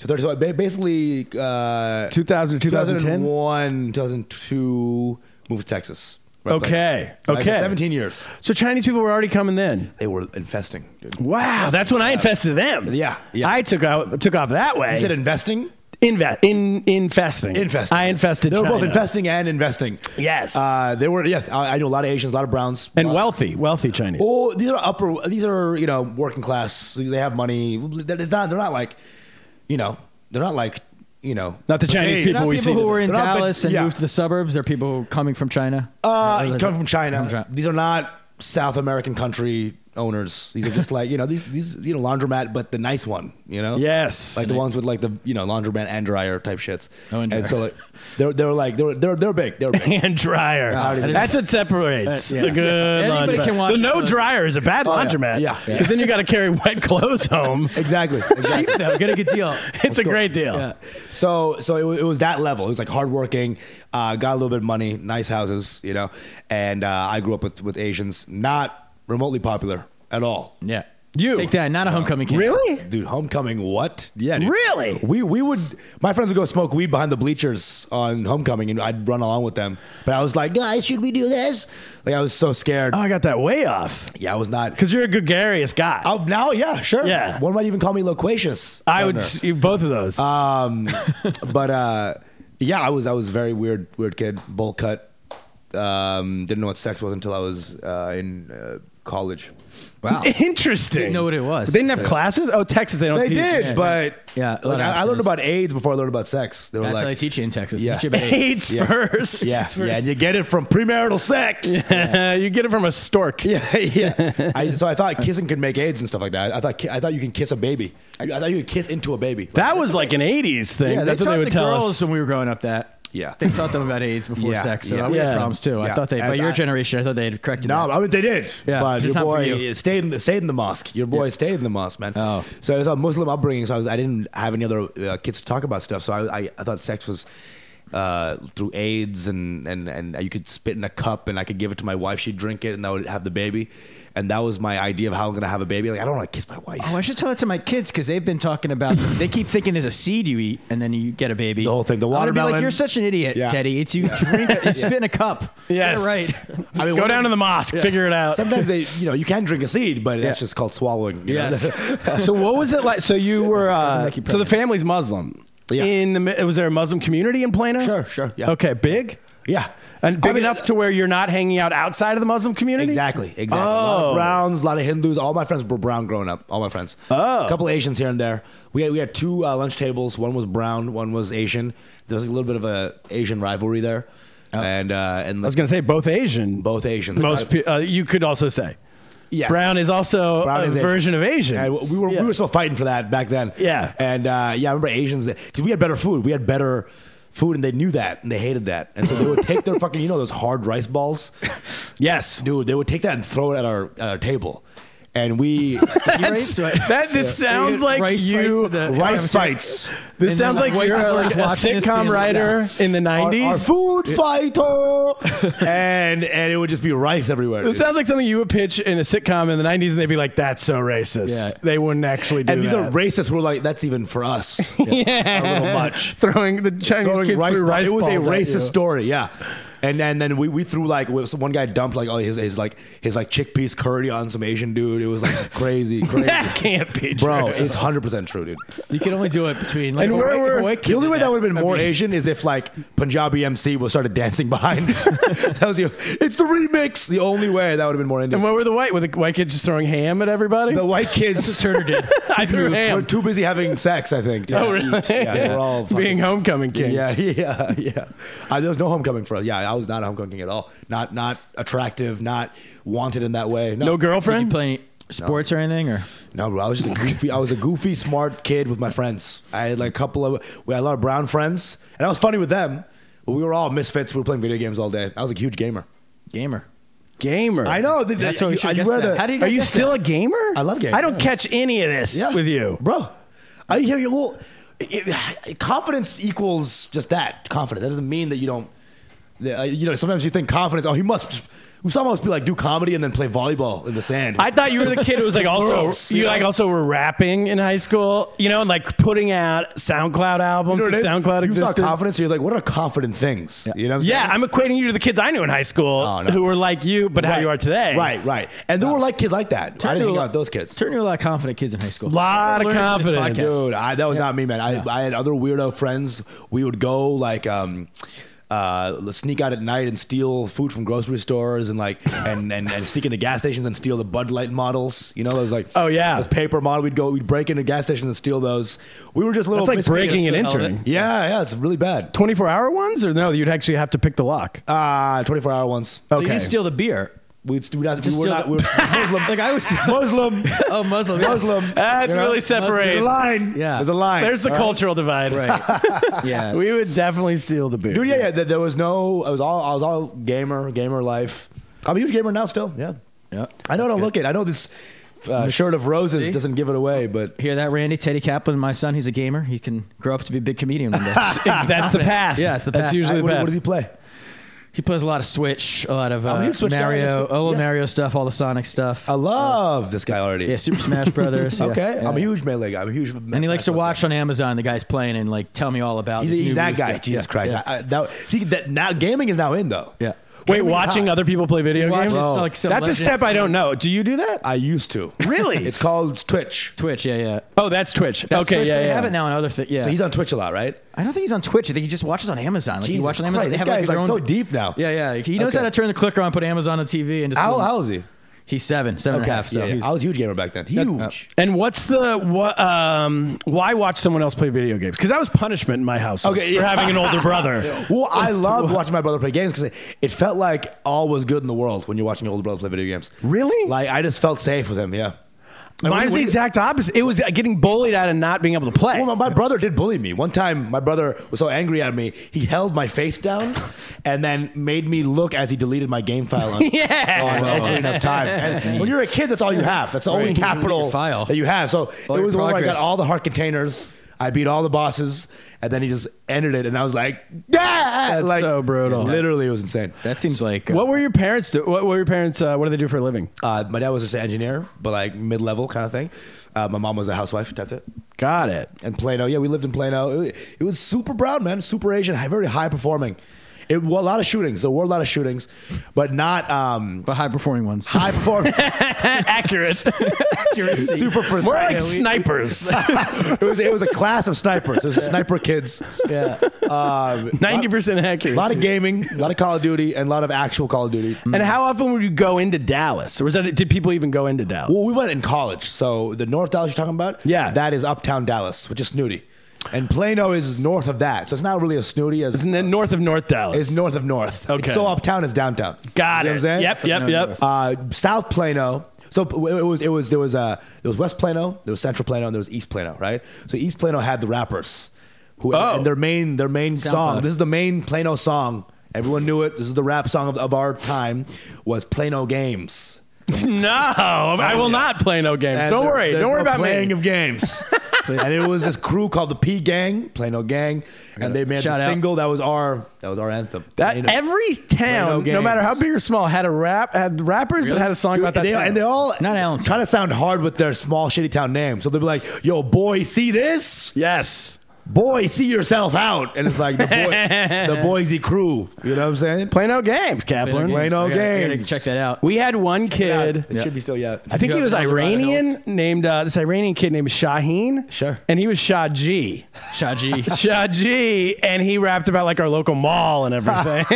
F: to 13. So ba- basically, uh,
C: 2000 to 2010?
F: 2001, 2002, moved to Texas. Right
C: Okay.
F: there. Right, so
C: Okay.
F: 17 years.
C: So Chinese people were already coming in.
F: They were infesting. Dude.
C: Wow, that's when I infested them.
F: Yeah, yeah.
C: I took out took off that way.
F: You said investing?
C: Inve- in infesting.
F: Infesting.
C: I infested.
F: They were both
C: China.
F: investing and investing.
C: Yes.
F: Uh, they were, yeah. I, I knew a lot of Asians, a lot of Browns.
C: and
F: Uh,
C: wealthy, wealthy Chinese.
F: Oh, these are upper. These are you know working class. They have money. That is not. They're not like, you know, they're not like you know.
C: Not the Chinese
F: Hey,
C: people
D: Not
C: we see
D: people who
C: today.
D: were in
F: They're not big-
D: Dallas and
F: yeah.
D: moved to the suburbs. They're people coming from China.
F: Uh, come from
D: Come from
F: China.
D: China.
F: These are not South American country owners. These are just like you know these these you know laundromat, but the nice one. You know.
C: Yes.
F: Like the ones with like the you know laundromat and dryer type shits.
D: Oh, and
F: so
D: dryer.
F: like they're they're like they're they're they're big. They're big.
C: and dryer.
F: I don't even-
C: That's what separates
D: Uh, yeah.
C: the good
D: Yeah. Anybody
C: laundromat.
D: can wash
C: the no
D: clothes.
C: dryer is a bad
F: Oh, yeah.
C: laundromat.
F: Yeah.
C: Because then you got to carry wet clothes home.
F: exactly.
D: cheap
F: exactly.
D: though, get a good deal.
C: it's a great deal.
D: Yeah.
F: So so it, wa- it was that level. It was like hardworking, uh, got a little bit of money, nice houses, you know. And uh, I grew up with with Asians, not remotely popular at all.
D: Yeah.
C: You
D: Take that, not a homecoming camp.
C: Really?
F: Dude, homecoming what? Yeah. dude.
C: Really?
F: We we would my friends would go smoke weed behind the bleachers on homecoming and I'd run along with them. But I was like, guys, should we do this? Like I was so scared.
C: Oh, I got that way off
F: yeah, I was not
C: because you're a gregarious guy.
F: Oh now, yeah, sure.
C: Yeah.
F: One might even call me loquacious.
D: Uh,
C: I would
F: Governor.
C: s- you- both of those.
F: Um, but uh, yeah, I was I was a very weird weird kid, bowl cut. Um, didn't know what sex was until I was uh, in uh, college.
D: Wow.
C: Interesting.
D: Didn't know what it was.
C: They didn't have classes. Oh, Texas, they don't.
F: They
C: teach.
F: did, but
D: Yeah, a lot of
F: like, I, I learned
D: abstinence.
F: about AIDS before I learned about sex. They were
D: That's
F: like,
D: how they teach you in Texas.
F: Yeah.
D: Teach you about AIDS.
C: AIDS first.
F: yeah,
C: It's
F: yeah, and
C: first.
F: you get it from premarital sex.
C: you get it from a stork.
F: Yeah, yeah. I, so I thought kissing could make AIDS and stuff like that. I thought ki- I thought you can kiss a baby. I, I thought you could kiss into a baby. Like,
C: That was like an '80s thing.
D: Yeah,
C: That's
D: they
C: what they
D: taught
C: would
D: the
C: tell
D: girls
C: us.
D: when we were growing up that.
F: Yeah.
D: They taught them about AIDS before
F: Yeah,
D: sex. So
F: yeah.
D: we
C: Yeah.
D: had problems too. I
F: Yeah.
D: thought they, by
F: As
D: your
F: I-
D: generation, I thought they had corrected
F: No,
D: that.
F: I mean they did.
D: Yeah,
F: but
D: it's
F: your
D: not for
F: boy
D: you.
F: stayed in the, stayed in the mosque. Your boy stayed in the mosque, man.
D: Oh.
F: so it was a Muslim upbringing. So I, was, I didn't have any other uh, kids to talk about stuff. So I, I, I thought sex was uh, through AIDS and and and you could spit in a cup and I could give it to my wife. She'd drink it and I would have the baby. And that was my idea of how I'm gonna have a baby. Like I don't want to kiss my wife.
D: Oh, I should tell that to my kids because they've been talking about. They keep thinking there's a seed you eat and then you get a baby.
F: The whole thing, the
D: I'm gonna be
F: watermelon.
D: like you're such an idiot,
F: Yeah.
D: Teddy. It's you drink, you spit in a cup.
C: Yes.
D: Get it right.
F: I mean,
C: Go
F: what-
C: down to the mosque. Figure it out.
F: Sometimes they, you know, you can drink a seed, but that's
D: Yeah.
F: just called swallowing. You
D: Yes.
F: Know?
C: so what was it like? So you were uh,
D: make you
C: so the
D: pregnant.
C: family's Muslim.
F: Yeah.
C: In the mi- was there a Muslim community in Plano?
F: Sure, sure, yeah.
C: Okay, big
F: yeah.
C: and big
F: I mean,
C: enough to where you're not hanging out outside of the Muslim community.
F: Exactly, exactly. A lot
C: Oh.
F: of browns, a lot of Hindus. All my friends were brown growing up. All my friends.
C: Oh.
F: A couple Asians here and there. We had, we had two uh, lunch tables. One was brown, one was Asian. There was a little bit of a Asian rivalry there, and uh, and
C: Oh. I was going to say both Asian.
F: both Asians.
C: Most
F: I-
C: pe- uh, you could also say
F: yes.
C: brown is also
F: Brown
C: a
F: is Asian.
C: version of Asian.
F: Yeah, we were
C: Yeah.
F: we were still fighting for that back then.
C: Yeah.
F: and uh, yeah, I remember Asians because we had better food. We had better food, and they knew that, and they hated that, and so they would take their fucking you know those hard rice balls,
C: yes.
F: dude. They would take that and throw it at our, at our table, and we
C: That's- that this sounds like
D: Rice
C: you
D: fights in the-
F: rice fights.
C: This
D: And
C: sounds
D: then,
C: like
D: like,
C: you're
D: white
C: like a
D: people watching this
C: sitcom
D: being like,
C: writer in the
F: Our, our
C: '90s.
F: food fighter, and and it would just be rice everywhere.
C: It
F: dude.
C: sounds like something you would pitch in a sitcom in the '90s, and they'd be like, "That's so racist."
D: Yeah.
C: They wouldn't actually do
F: and these
C: that.
F: are racists who are like, that's even for us.
C: yeah.
F: A little much.
C: Throwing the Chinese
F: throwing
C: kids
F: rice,
C: through
F: ball-
C: rice
F: It was
C: balls
F: a
C: at you.
F: racist story, yeah. And and then we, we threw like we- so one guy dumped like all his, his like his like chickpeas curry on some Asian dude. It was like crazy, crazy.
C: That can't be true.
F: Bro, it's hundred percent true, dude.
D: You can only do it between. Like,
C: And
D: a
C: where
D: white-
C: were-
D: a white
F: The only way that would have been
D: I
F: more
D: mean-
F: Asian is if like Punjabi MC was started dancing behind. that was the it's the remix. The only way that would have been more
C: And
F: Indian.
C: what were the white? Were the white kids just throwing ham at everybody? Oh,
F: The white kids
D: Turner did.
C: I threw
F: were
C: ham.
F: too busy having sex, I think. to
C: Oh, really?
F: eat. Yeah, we're all fucking-
C: Being homecoming king.
F: Yeah, yeah, yeah. Uh, there was no homecoming for us. Yeah, I was not homecoming at all. Not not attractive. Not wanted in that way.
C: No
D: Did you
C: girlfriend?
D: play any sports or anything? Or
F: No, bro. I was just a goofy. I was a goofy, smart kid with my friends. I had like a couple of we had a lot of brown friends, and I was funny with them. But we were all misfits. We were playing video games all day. I was a huge gamer.
D: gamer.
C: Gamer.
F: I know. th-
D: That's
F: th-
D: what we
F: you-
D: should
F: I'd
D: guess
F: rather-
D: that. How do you
C: Are you still a gamer?
F: I love games,
C: I don't
F: yeah.
C: catch any of this
F: Yeah.
C: with you.
F: bro? I hear you. Well, it, it- confidence equals just that. Confidence. That doesn't mean that you don't. that, uh, You know, sometimes you think confidence. Oh, he must. Usama must be like do comedy and then play volleyball in the sand.
C: I thought you were the kid who was like also
F: Girls,
C: you
F: yeah.
C: like also were rapping in high school, you know, and like putting out SoundCloud albums.
F: You know
C: if
F: what it is?
C: SoundCloud
F: You saw
C: existed.
F: confidence. You're like, what are confident things? You know what I'm
C: yeah,
F: saying?
C: I'm equating you to the kids I knew in high school
F: Oh, no.
C: who were like you, but how
F: Right.
C: you are today.
F: Right, right. And there were like kids like that. I didn't hang
D: Turner-
F: out with those kids.
D: Turner knew a lot of confident kids in high school.
C: Lot of
D: Learned from this
C: confidence.
D: podcast.
F: Dude, I, that was not me, man. I, I had other weirdo friends. We would go like um, uh, sneak out at night and steal food from grocery stores and like and, and and sneak into gas stations and steal the Bud Light models. You know those like
C: Oh, yeah.
F: those paper model. We'd go, we'd break into gas stations and steal those. We were just little
C: That's like
F: misfits.
C: breaking and
D: hell of it.
C: entering.
F: Yeah, yeah, it's really bad.
C: 24 hour ones or no, you'd actually have to pick the lock.
F: Uh, twenty four hour ones.
D: So you
C: Okay.
D: didn't steal the beer.
F: We'd, we'd not, we
D: Just
F: were
D: steal
F: not
D: the-
F: we were Muslim.
D: Like I was
F: Muslim.
D: Oh, Muslim. yes.
F: Muslim.
C: That's
F: You know?
C: really
F: There's
C: separated.
F: a line.
D: Yeah.
F: There's a line.
C: There's the
F: All right?
C: cultural divide.
D: Right. Yeah.
C: We would definitely steal the beer.
F: Dude, yeah, yeah. There there was no. I was all. I was all gamer. Gamer life. I'm a huge gamer now. Still, yeah.
D: Yeah.
F: I know. I don't look it. I know this uh, shirt of roses
D: See?
F: doesn't give it away, but
D: Hear that, Randy? Teddy Kaplan, my son, he's a gamer. He can grow up to be a big comedian one day.
C: That's the path.
D: Yeah, it's the
C: That's
D: path.
C: usually
F: I-
C: the
F: what,
C: path.
F: what does he play?
D: He plays a lot of Switch, a lot of
F: a
D: uh,
F: huge Switch guy.
D: Mario,
F: Yeah.
D: all the Mario stuff, all the Sonic stuff.
F: I love this guy already.
D: yeah, Super Smash Brothers. yeah,
F: okay, I'm a
D: yeah.
F: huge melee guy. I'm a huge.
D: And he likes to watch on Amazon the guys playing and like tell me all about.
F: He's,
D: this
F: he's
D: new
F: that
D: Wii
F: guy.
D: stuff.
F: Jesus
D: Yeah,
F: Christ!
D: yeah.
F: I, I, that, see that now gaming is now in though.
D: Yeah.
C: Wait,
F: Gaming is
C: watching
F: hot.
C: other people play video
D: Watch Oh.
C: games?
D: this, like, some
C: that's a
D: legends
C: step I don't know. Do you do that?
F: I used to.
C: Really?
F: it's called Twitch.
D: Twitch. Yeah, yeah.
C: Oh, that's Twitch.
D: That's
C: okay,
D: Twitch,
C: yeah,
D: but
C: yeah.
D: They have it now on other things. Yeah.
F: So he's on Twitch a lot, right?
D: I don't think he's on Twitch. I think he just watches on Amazon. Like he
F: Jesus
D: watches on Amazon. They
F: Christ, this
D: have
F: guy
D: like
F: is,
D: their
F: like,
D: own.
F: so deep now.
D: Yeah, yeah. He knows
F: Okay.
D: how to turn the clicker on, put Amazon on TV, and just.
F: How, how old is he?
D: He's seven, seven and a half.
F: yeah, yeah.
D: So he's, uh,
F: I was a huge gamer back then. Huge.
C: And what's the what? Um, why watch someone else play video games? Because that was punishment in my house
F: Okay,
C: for
F: yeah.
C: having an older brother.
F: Well, I loved watching my brother play games because it felt like all was good in the world when you're watching your older brother play video games.
C: Really?
F: Like I just felt safe with him. Yeah. Like,
C: Mine's
F: we-
C: the
F: we-
C: exact opposite. It was uh, getting bullied out and not being able to play.
F: Well, my, my brother did bully me. One time, my brother was so angry at me, he held my face down and then made me look as he deleted my game file on,
C: Yeah.
F: on, on enough time. And when you're a kid, that's all you have. That's the only
D: Right.
F: capital
D: Your file.
F: that you have. So
D: All
F: it
D: your
F: was the one where I got
D: progress.
F: all the heart containers. I beat all the bosses, and then he just ended it, and I was like, "Yeah!"
C: That's
F: like,
C: so brutal.
F: Literally, it was insane.
D: that seems like. uh,
C: what were your parents? Do? What were your parents? Uh, what do they do for a living?
F: Uh, my dad was just an engineer, but like mid-level kind of thing. Uh, my mom was a housewife type thing.
C: Got it.
F: and Plano. Yeah, we lived in Plano. It, it was super brown, man. Super Asian, high, very high performing. It well, a lot of shootings. There were a lot of shootings, but not um,
D: but high performing ones.
F: high performing.
C: Accurate. Accuracy.
F: Super precise.
C: More like
F: Yeah, we-
C: snipers.
F: it was it was a class of snipers. It was sniper kids.
D: yeah.
F: Um,
C: Ninety percent
F: A
C: accuracy.
F: lot of gaming, a lot of Call of Duty, and a lot of actual Call of Duty.
C: and how often would you go into Dallas? Or was that? Did people even go into Dallas?
F: Well, we went in college, so the North Dallas you're talking about,
C: Yeah.
F: that is uptown Dallas, which is snooty, and Plano is north of that, so it's not really as snooty as
C: Isn't it north of North Dallas?
F: It's north of north.
C: Okay.
F: It's so uptown is downtown.
C: Got
F: You know
C: it.
F: what I'm saying?
C: Yep, yep, yep.
F: Uh, South Plano. So p- it was it was there was uh there was West Plano, there was Central Plano, and there was East Plano, right? So East Plano had the rappers, who
C: Oh.
F: and their main their main song.
D: Soundcloud.
F: This is the main Plano song. Everyone knew it. This is the rap song of, of our time. Was Plano Games.
C: No, I will not play no games.
F: And
C: Don't
F: there-
C: worry.
F: there's
C: Don't worry
F: no
C: about
F: playing
C: me.
F: of games. and it was this crew called the P Gang, Plano Gang, and they made
D: Shout
F: the
D: out.
F: single that was our that was our anthem.
C: That
F: Plano.
C: every town,
F: Plano
C: no matter
F: games.
C: how big or small, had a rap had rappers that had a song about that.
F: They,
C: town.
F: and they all
D: Not Allentown.
F: try to sound hard with their small shitty town name. So they'll be like, "Yo, boy, see this?
C: yes,
F: Boy, see yourself out." And it's like the, boy, the Boise crew. You know what I'm saying?
C: play no games, Kaplan.
F: Play no
D: I gotta- I gotta
F: games.
D: Check that out.
C: We had one kid.
F: It should be still yeah.
C: I think
D: You
C: he
D: got
C: was
D: the other
C: Iranian,
D: idols.
C: named uh, this Iranian kid named Shaheen.
F: Sure.
C: And he was Shah G.
D: Shaji.
C: Shah G. And he rapped about like our local mall and everything.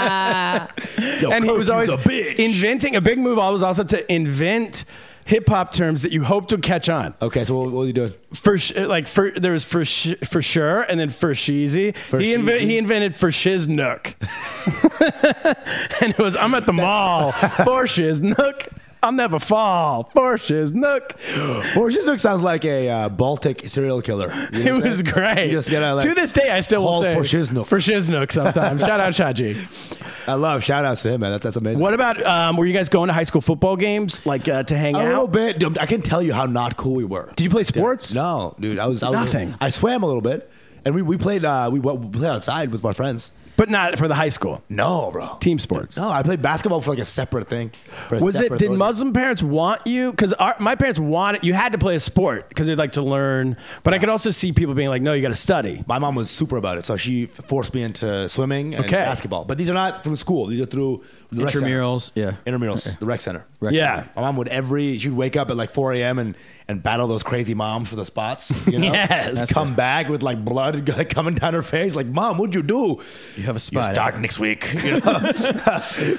F: Yo,
C: and he was
F: curfew's
C: always
F: a bitch.
C: inventing a big move. Always was also to invent hip hop terms that you hoped would catch on.
F: okay, so what, what was he doing?
C: for sh- like for there was for sh- for sure and then for sheezy. He inve-
F: sheezy.
C: he invented for shiz nook, and it was I'm at the mall for shiz nook. I'll never fall for shiz nook.
F: Borgesuk sounds like a uh, Baltic serial killer. You know
C: It
F: what I'm
C: was
F: saying?
C: great.
F: You just gotta, like,
C: to this day, I still will
F: call
C: say
F: for shiz nook.
C: For shiz nook sometimes. Shout out Shaji.
F: I love shout outs to him, man. That's that's amazing.
C: What about um, were you guys going to high school football games like uh, to hang
F: a little
C: out?
F: bit. dude, I can tell you how not cool we were.
C: Did you play sports?
F: No, dude. I was, I was
C: Nothing.
F: I swam a little bit, and we we played uh, we, we played outside with my friends.
C: but not for the high school
F: No, bro.
C: team sports.
F: No, I played basketball for like a separate thing. for a
C: Was it?
F: separate
C: Did
F: thing.
C: Muslim parents want you? Because my parents wanted you had to play a sport because they'd like to learn. But I could also see people being like, "No, you got to study."
F: My mom was super about it, so she f- forced me into swimming and
C: Okay.
F: basketball. But these are not through school; these are through the rec center.
D: Intramurals, yeah.
F: intramurals, the rec center.
D: Rec-
C: Yeah.
F: My mom would every she'd wake up at like 4 a.m. and and battle those crazy moms for the spots. You know?
C: Yes.
F: come back with like blood like, coming down her face. Like, mom, what'd you do?
D: You have a
F: You
D: spot.
F: start next week. You know?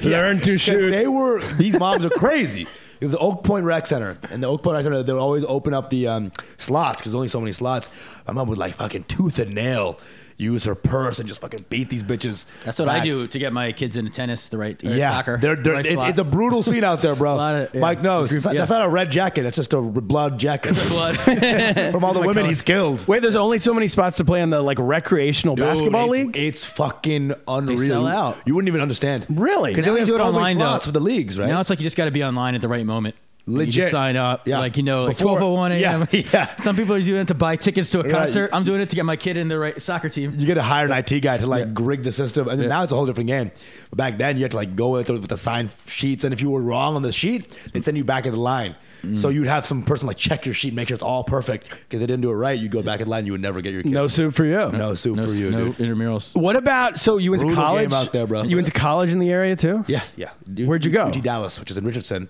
C: Learn to shoot.
F: They were these moms are crazy. It was the Oak Point Rec Center, and the Oak Point Rec Center they would always open up the um, slots because there's only so many slots. My mom would like fucking tooth and nail use her purse and just fucking beat these bitches.
D: That's what I
F: back.
D: do to get my kids into tennis, the right or
F: Yeah,
D: soccer.
F: They're- they're-
D: the right
F: it's,
D: slot.
F: it's a brutal scene out there, bro.
D: lot of- yeah.
F: Mike knows
D: It's group-
F: that's
D: yeah.
F: not a red jacket; it's just a r- blood jacket
D: blood.
F: from all the women he's killed.
C: Wait, there's only so many spots to play in the like recreational
F: Dude,
C: basketball
F: it's-
C: league.
F: It's fucking unreal.
D: sell out.
F: You wouldn't even understand.
C: Really?
F: Because they
D: Now
F: only
D: you
F: have
D: do it
F: so many
D: online, though.
F: slots for the leagues, right?
D: Now it's like you just got to be online at the right moment. Legit. You just sign up.
F: Yeah.
D: Like, you know, like
F: Before-
D: 1201 a.m.
F: Yeah, yeah.
D: Some people are doing it to buy tickets to a concert. I'm doing it to get my kid in the right soccer team.
F: You get to hire an IT guy to like rig the system, and then now it's a whole different game. But back then, you had to like go with, with the signed sheets, and if you were wrong on the sheet, they'd send you back at the line. So you'd have some person like check your sheet, make sure it's all perfect. Because they didn't do it right, you'd go back at the line, you would never get your kid.
C: No soup for you.
F: no soup
D: No,
F: for you,
D: no
F: dude.
D: intramurals.
C: What about so you went to
F: Brutal game
C: college
F: out there, bro.
C: You went to college in the area too?
F: Yeah, yeah. Dude,
C: Where'd you go?
F: UT Dallas, which is in Richardson.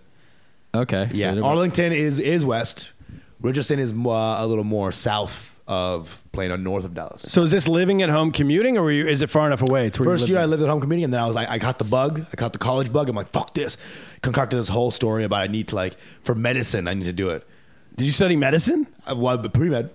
D: Okay. so
F: Yeah,
D: they're-
F: Arlington is is west. Richardson is uh, a little more south of Plano, north of Dallas.
C: So is this living at home commuting, or were you, is it far enough away? To where
F: First
C: you
F: year I
C: lived
F: lived at home community, and then I was like, I caught the bug. I caught the college bug. I'm like, fuck this. Concocted this whole story about I need to like for medicine, I need to do it.
C: in- Did you study medicine?
F: I well, pre med.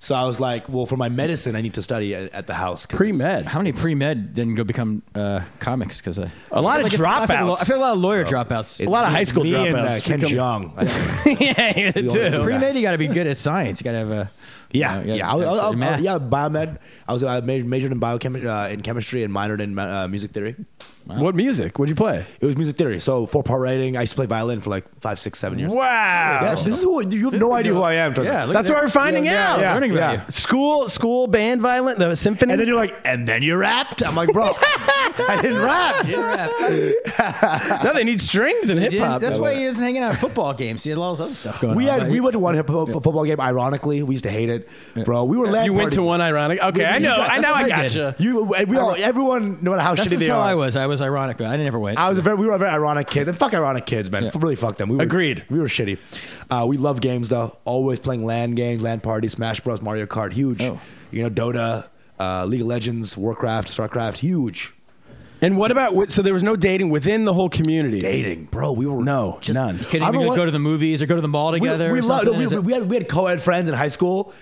F: So I was like, well, for my medicine, I need to study at, at the house. 'cause
C: Pre
F: it's-
C: med.
D: How many pre med then go become uh, comics? Because I
C: A lot of
D: I feel like it's-
C: dropouts.
D: I feel like a lot of lawyer dropouts.
C: A lot of high school
F: me and uh,
C: dropouts.
F: Ken Jeong. I-
C: yeah, you do.
D: pre med, you got to be good at science. You got to have a
F: yeah,
C: Oh,
D: you know, you
F: yeah, I,
D: gotta-
F: was- I, was-
D: math.
F: yeah. Biomed. I was I ma- majored in biochemistry, uh, in chemistry, and minored in uh, music theory.
C: What music? What'd you play?
F: It was music theory, so four part writing. I used to play violin for like five, six, seven years. Yeah,
C: Wow.
F: this is what you have no idea who I am. Tony.
D: Yeah, look
C: That's
D: at
C: what
D: that.
C: we're finding
D: Yeah,
C: out.
D: yeah, learning about
F: yeah.
D: you.
C: School, school band, violin, the symphony.
F: And then you're like, and then you rapped. I'm like, bro, I didn't rap.
C: no, they need strings in hip
D: He didn't-
C: hop.
D: That's why he isn't hanging out at football games. He had all this other stuff going
F: We
D: on.
F: had we went to one hip- football game. Ironically, we used to hate it, bro. We were land
C: You went
F: party-
C: to one ironic. Okay,
F: We-
C: I know.
F: you-
C: I
F: that's
C: know.
F: what
C: I
D: I did.
C: gotcha.
F: You, we all, everyone, no matter how
D: That's
F: shitty
D: just
F: they
D: how
F: are,
D: I was. I was ironic, but I never went.
F: uh, I was a very, we were very ironic kids, and fuck ironic kids, man. F- Really, fuck them. We were,
C: Agreed.
F: We were shitty. Uh, we love games though. Always playing land games, land parties, Smash Bros, Mario Kart, huge.
D: Oh.
F: You know, Dota, uh, League of Legends, Warcraft, Starcraft, huge.
C: And what about wi- so there was no dating within the whole community?
F: Dating, bro. We were
C: No, none.
D: You couldn't
F: I'm
D: even
F: a
D: go,
F: what-
D: go to the movies or go to the mall
F: we,
D: together.
F: we
D: or
F: loved.
D: something?
F: We,
D: Is it-
F: we had we had co-ed friends in high school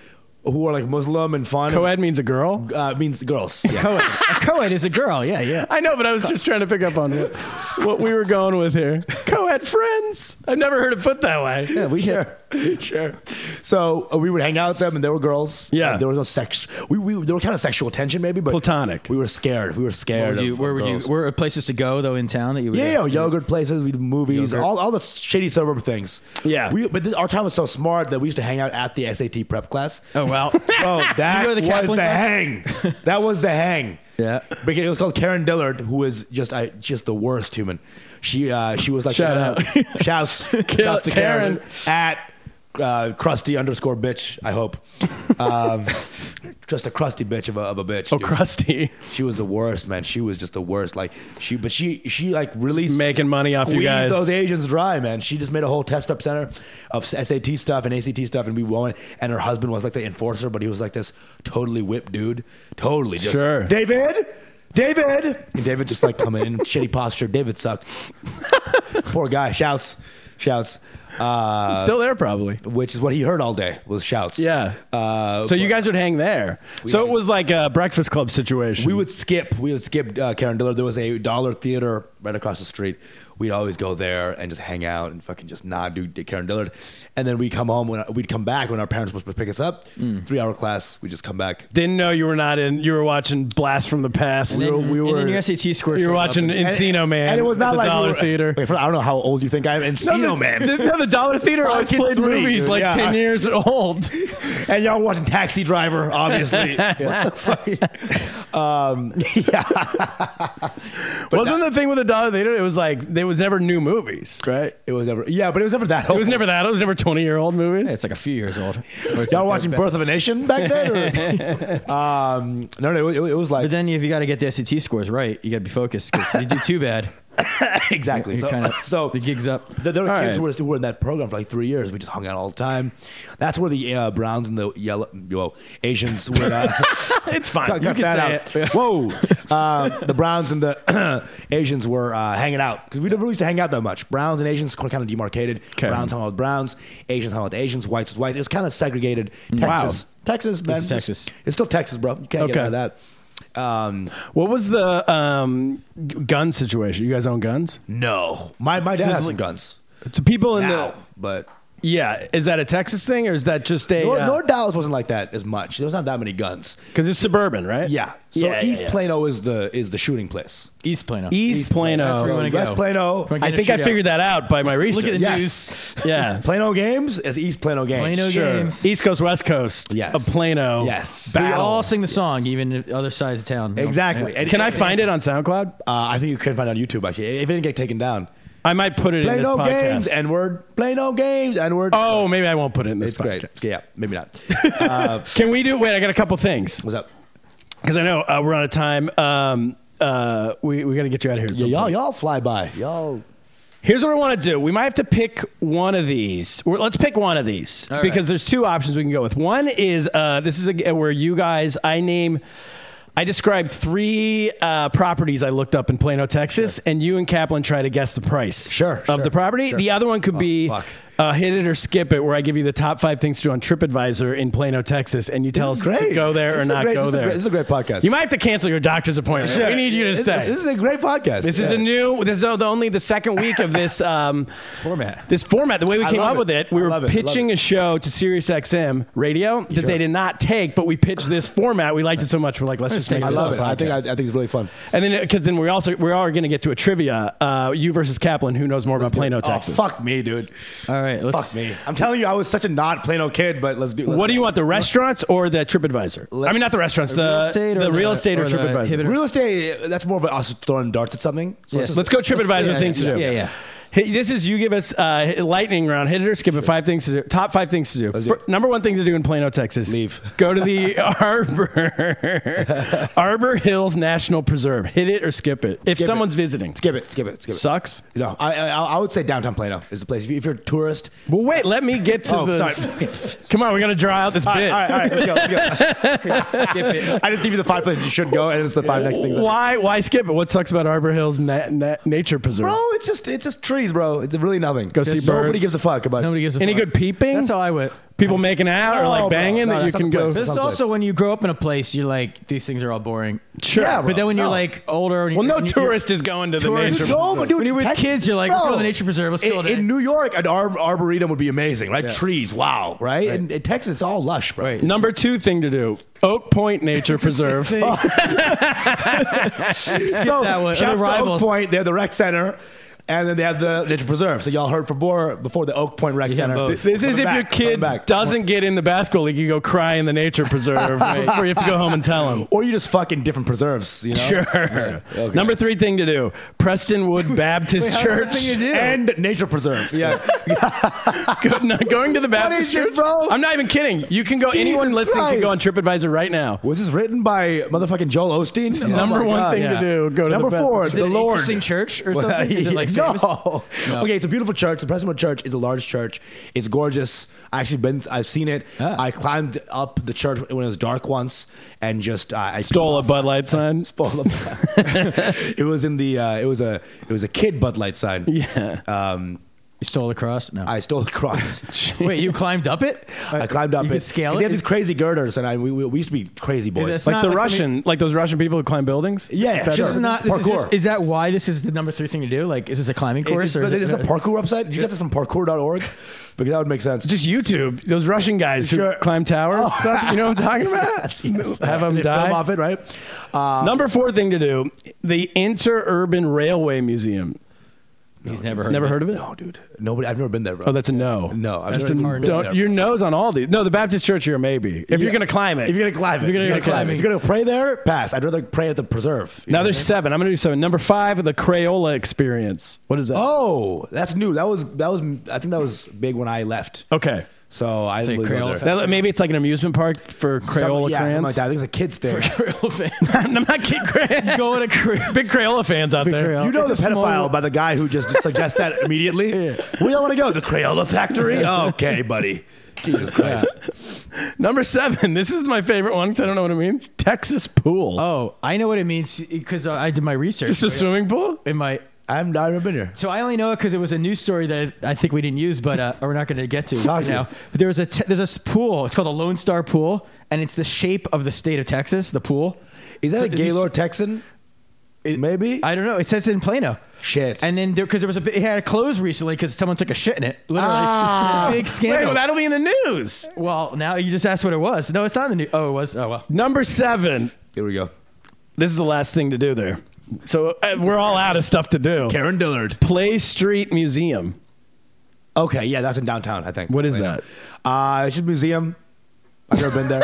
F: who were like Muslim and fun.
C: Co-ed means a girl.
F: uh, means girls. Yeah.
D: co-ed. a co-ed is a girl. Yeah, yeah.
C: I know, but I was just trying to pick up on what, what we were going with here. Co-ed friends. I've never heard it put that way.
D: Yeah, we had.
F: sure. So uh, we would hang out with them, and they were girls.
C: Yeah.
F: Uh, there was no sex. We, we there were kind of sexual tension, maybe, but
C: Platonic.
F: We were scared. We were
D: Where
F: scared.
D: would you?
F: of-
D: Where
F: of
D: would you?
F: girls.
D: Where are places to go though in town that you? Would
F: yeah, yo, yogurt places, we movies, all, all the shady suburb things.
C: Yeah.
F: we, but this, our town was so smart that we used to hang out at the SAT prep class.
D: Oh well.
F: Bro,
D: You go
F: that
D: to
F: was
D: the
F: the
D: Kaplan class?
F: hang. That was the hang.
D: Yeah.
F: because it was called Karen Dillard, who is just I just the worst human. She uh, she was like
C: Shout out.
F: shouts
C: Kill-
F: shouts to Karen, at uh, crusty underscore bitch. I hope, um, just a crusty bitch of a, of a bitch.
C: Oh,
F: dude.
C: crusty.
F: She was the worst, man. She was just the worst. Like she, but she, she like really
C: Making money off you
F: squeezed
C: guys.
F: Those Asians dry, man. She just made a whole test prep center of SAT stuff and ACT stuff, and we won. And her husband was like the enforcer, but he was like this totally whipped dude, totally just
C: Sure.
F: David. David and David just like come in shitty posture. David sucked. Poor guy. Shouts, shouts. Uh,
C: Still there, probably.
F: which is what he heard all day was shouts.
C: Yeah.
F: Uh,
C: so you guys would hang there. So it was like a Breakfast Club situation.
F: We would skip. We would skip uh, Karen Dillard. There was a Dollar Theater right across the street. We'd always go there and just hang out and fucking just not do Karen Dillard. And then we'd come home when we'd come back when our parents were supposed to pick us up.
C: Mm.
F: Three hour class. We just come back.
C: didn't know you were not in. You were watching Blast from the Past.
F: We were- we
D: and
F: were-
D: then your SAT score.
C: you were
D: showed up
C: watching
D: and-
C: Encino Man.
F: And it was not
C: at the
F: like we
C: Dollar
F: were-
C: Theater.
F: Wait, for- I don't know how old you think I am. Encino
C: the,
F: Man.
C: the- no, the Dollar Theater always
F: Fucking
C: played
F: three,
C: movies
F: dude.
C: like
F: Yeah.
C: ten years old.
F: and y'all watching Taxi Driver, obviously. What the fuck? um, yeah.
C: Wasn't the thing with the Dollar Theater? It was like there was never new movies, right?
F: It was never. Yeah, but it was never that.
C: It was never that. It was never twenty year old movies.
D: It's like a few years old.
F: Y'all watching Birth of a Nation back then? Or? um, no, no, it, was- it was like
D: But then if you got to get the SAT scores right, you got to be focused because if you do too bad,
F: exactly.
D: you
F: So,
D: kind of
F: so
D: the gigs up.
F: There, there were
C: All
F: kids who,
C: right.
F: were, who were in that program for like three years. We just hung out all the time. That's where the uh, Browns and the yellow, well, Asians would. Uh,
C: it's fine.
F: cut, cut
C: you can say
F: that
C: it.
F: out. Whoa, uh, the Browns and the Asians were uh, hanging out because we didn't really used to hang out that much. Browns and Asians were kind of demarcated. Browns hung out with Browns, Asians hung out with Asians, whites with whites. It was kind of segregated. Texas, Texas, man,
D: is Texas.
F: It's still Texas, bro. You can't get
C: Okay.
F: out of that. Um,
C: What was the um, g- gun situation? You guys own guns?
F: no, my my dad has some guns.
C: So people in
F: now,
C: the
F: but
C: Yeah, is that a Texas thing or is that just a?
F: Nor,
C: uh,
F: North Dallas wasn't like that as much. There was not that many guns.
C: Because it's suburban, right?
F: Yeah. So
C: yeah,
F: East
C: yeah.
F: Plano is the is the shooting place.
D: East Plano.
C: East, Plano.
D: That's where you wanna
F: West
D: go.
F: Plano.
D: Wanna get
C: I
D: a
C: think I
D: shootout.
C: figured that out by my research.
D: at the
F: Yes.
D: news.
C: yeah.
F: Plano games is East Plano games.
D: Plano
F: Sure.
D: games.
C: East Coast, West Coast
F: Yes.
C: of Plano.
F: Yes.
D: We
C: Battle.
D: all sing the song, even if other sides of town.
F: Exactly. And-
C: Can I find it on SoundCloud?
F: Uh, I think you can find it on YouTube actually. If it didn't get taken down,
C: I might put it in this
F: Plano
C: podcast.
F: games and word. Plano games and word.
C: oh, maybe I won't put it in this
F: it's
C: podcast.
F: great. Yeah, maybe not.
C: Can we do? Wait, I got a couple things
F: What's up?
C: because I know uh, we're out of time. Um, uh, we we got to get you out of here. at
F: Yeah,
C: some
F: y'all,
C: point.
F: y'all fly by. Y'all.
C: Here's what I want to do. We might have to pick one of these. We're, let's pick one of these
D: All right.
C: because there's two options we can go with. One is uh, this is a, where you guys I name. I describe three uh, properties I looked up in Plano, Texas, and you and Kaplan try to guess the price
F: Sure,
C: of
F: sure,
C: the property.
F: sure. Oh,
C: The other one could be
F: fuck.
C: uh, hit it or skip it, where I give you the top five things to do on TripAdvisor in Plano, Texas, and you tell
F: is
C: us
F: great.
C: to go there
F: This
C: or
F: is a
C: not
F: great-
C: go
F: this is a
C: there.
F: great- this is a great podcast.
C: You might have to cancel your doctor's appointment. We need you to
F: This-
C: stay.
F: This is a great podcast.
C: This is
F: Yeah.
C: a new. This is the only the second week of this um,
D: Format.
C: This format. The way we
F: I
C: came
F: love
C: up
F: it.
C: with it, we
F: I
C: were
F: love it. I love
C: pitching
F: it.
C: a show to SiriusXM Radio that they did not take, but we pitched this format. We liked it so much, we're like, let's just make
F: I
C: this
F: love
C: a
F: it. I think I, I
C: podcast.
F: think it's really fun.
C: And then because then we also we are going to get to a trivia. Uh, you versus Kaplan. Who knows more about Plano,
F: Oh,
C: Texas?
F: fuck me, dude.
D: All right, let's-
F: fuck me. I'm telling you, I was such a not Plano kid, but let's do.
C: What do you want? The restaurants or the TripAdvisor? I mean, not the restaurants. The
D: real estate or
C: Uh, the
D: the-
C: real estate or,
D: or the
C: TripAdvisor.
D: hit
F: Real estate. That's more of us throwing darts at something. So
D: Yes.
F: just-
C: Let's go TripAdvisor
D: yeah,
C: things
D: yeah,
C: to do.
D: yeah, yeah.
C: Hey, this is you give us uh, lightning round, hit it or skip it. Five things to do. Top five things to do.
F: do
C: Fir- number one thing to do in Plano, Texas.
F: Leave.
C: Go to the Arbor Arbor Hills National Preserve. Hit it or skip it. If
F: Skip it.
C: someone's visiting,
F: skip it. Skip it. Skip it.
C: sucks.
F: No, I, I I would say downtown Plano is the place. If you- If you're a tourist,
C: Well, wait. Let me get to
F: Oh,
C: the.
F: sorry.
C: Come on, we gotta draw out this
F: all right,
C: bit.
F: all right, all right, let's go, let's go. I just give you the five places you should go, and it's the five next things. I-
C: Why? Why skip it? What sucks about Arbor Hills na- na- Nature Preserve?
F: Bro, it's just it's just trees, bro. It's really nothing.
C: Go see
F: Nobody
C: birds.
F: gives a fuck about.
D: Nobody gives a
C: Any
D: fuck.
C: good peeping?
D: That's how I went.
C: People making out or
F: No,
C: like
F: bro.
C: banging
F: No,
C: that you
F: that's not
C: can
F: the
C: go.
F: place.
D: This is
F: Sounds
D: also
F: good.
D: when you grow up in a place, you're like, these things are all boring.
C: Sure.
F: Yeah,
D: But then when you're
F: No.
D: like older, and
C: Well,
D: you're,
C: no
D: and you're-
C: tourist is going to the
D: Tourist-
C: nature.
D: Dude,
F: Dude, no, but dude,
D: When you're with
F: Texas-
D: kids, you're like, let's go to
F: bro.
D: the nature preserve, let's
F: in,
D: kill it.
F: In New York, an ar- arboretum would be amazing, right? Trees, wow, right? In, in Texas, it's all lush, bro.
D: Right.
C: Number two thing to do: Oak Point Nature Preserve.
F: So,
D: that one. Other
F: shouts to Oak
D: rivals.
F: Point, they have the rec center, and then they have the nature preserve. So y'all heard from before, before the Oak Point rec
D: You got
F: center.
D: both.
C: This
F: Coming
C: is if
F: back,
C: your
F: coming
C: kid
F: back.
C: doesn't get in the basketball league, you go cry in the nature preserve, or you have to go home and tell him.
F: Or you just fucking different preserves, you know?
C: Sure. Number three thing to do: Prestonwood Baptist Church.
F: And nature preserve. Yeah.
C: Go- no, going to the Baptist
F: is this,
C: Church.
F: bro?
C: I'm not even kidding. You can go. anyone listening can go on TripAdvisor right now.
F: Was this written by motherfucking Joel Osteen? Oh
C: Number
F: my
C: one
F: God.
C: thing
D: yeah.
C: to do: go to
F: Number
C: the
F: four,
C: Baptist
F: the
D: Is it an
F: Lord.
D: interesting church or
F: Well,
D: something? Is it like famous?
F: no.
D: No.
F: Okay, it's a beautiful church. The Presbyterian Church is a large church. It's gorgeous. I actually been. I've seen it.
D: Ah.
F: I climbed up the church when it was dark once, and just uh, I
C: Stole a Bud Light sign.
F: Stole a- it was in the. Uh, it was a. It was a kid Bud Light sign.
C: Yeah.
F: Um,
D: You stole the cross? No.
F: I stole a cross.
D: Wait, you climbed up it?
F: I climbed up
D: you
F: it.
D: Could scale
F: 'Cause They had
D: it?
F: these crazy girders, and I, we, we, we used to be crazy boys.
D: that's
C: Like
D: not
C: the
D: like
C: Russian, like those Russian people who climb buildings.
F: Yeah, yeah,
C: Better.
F: sure.
D: This is not. This is,
F: Parkour.
D: just- is that why this is the number three thing to do? Like, is this a climbing
F: Is
D: course?
F: this,
D: or is
F: is
D: it-
F: this a parkour website? Did you get this from parkour.org? Because that would make sense.
C: Just YouTube. Those Russian guys
F: Sure.
C: who climb towers.
F: Oh.
C: Stuff, you know what I'm talking about? Have them
F: They
C: die.
F: Film off it, right? Uh,
C: Number four thing to do: the Interurban Railway Museum.
D: He's never heard.
C: Never
D: of
C: heard of it?
F: No, dude. Nobody. I've never been there, bro.
C: Oh, that's a no.
F: No, I've
C: that's a
F: never been
C: don't.
F: there.
C: Your nose on all these. No, the Baptist Church here, maybe. If you're
F: Yeah.
C: gonna climb it.
F: If you're gonna climb
C: If
F: it,
C: you're gonna,
F: If
C: go climb
F: If
C: it.
F: you're gonna pray there, pass. I'd rather pray at the preserve. You
C: Now
F: know
C: there's
F: what
C: seven. I'm gonna do seven. Number five, the Crayola Experience. What is that?
F: I mean? Oh, that's new. That was that was. I think that was big when I left.
C: okay.
F: So I
D: Say
F: didn't really go
D: Crayola
F: there.
D: Fest.
C: That- maybe it's like an amusement park for
F: Some-
C: Crayola
F: yeah, something
C: fans.
F: like that. I think it's a kids thing.
C: I'm not kidding. Cray-
D: Going to Korea.
C: Big Crayola fans out there.
D: Crayola.
F: You know the
D: It's a small-
F: pedophile by the guy who just suggests that immediately. We all want to go to the Crayola factory. okay, buddy. Jesus Christ.
C: Number seven. This is my favorite one because I don't know what it means. Texas pool.
D: Oh, I know what it means because I did my research.
C: Just a swimming pool.
D: in my.
F: I'm. I've never been here.
D: So I only know it because it was a news story that I think we didn't use, but uh, or we're not going to get to
F: Got
D: right
F: you.
D: now. But there was a te- there's a s- pool. It's called the Lone Star Pool, and it's the shape of the state of Texas. The pool.
F: Is that
D: So
F: a
D: if you s-
F: Gaylord Texan?
D: It-
F: Maybe.
D: I don't know. It says in Plano.
F: Shit.
D: And then there, because there was a, bi- it had a close recently because someone took a shit in it. Literally,
F: Ah.
D: big
C: Wait,
D: scandal.
C: well, that'll be in the news.
D: well, now you just asked what it was. No, it's not in the new. Oh, it was. Oh well.
C: Number seven.
F: Here we go.
C: This is the last thing to do there. So uh, we're all out of stuff to do.
F: Karen Dillard.
C: Play Street Museum.
F: Okay, yeah, that's in downtown, I think.
C: What is
F: Wait,
C: that?
F: no. Uh, it's just a museum. I've never been there.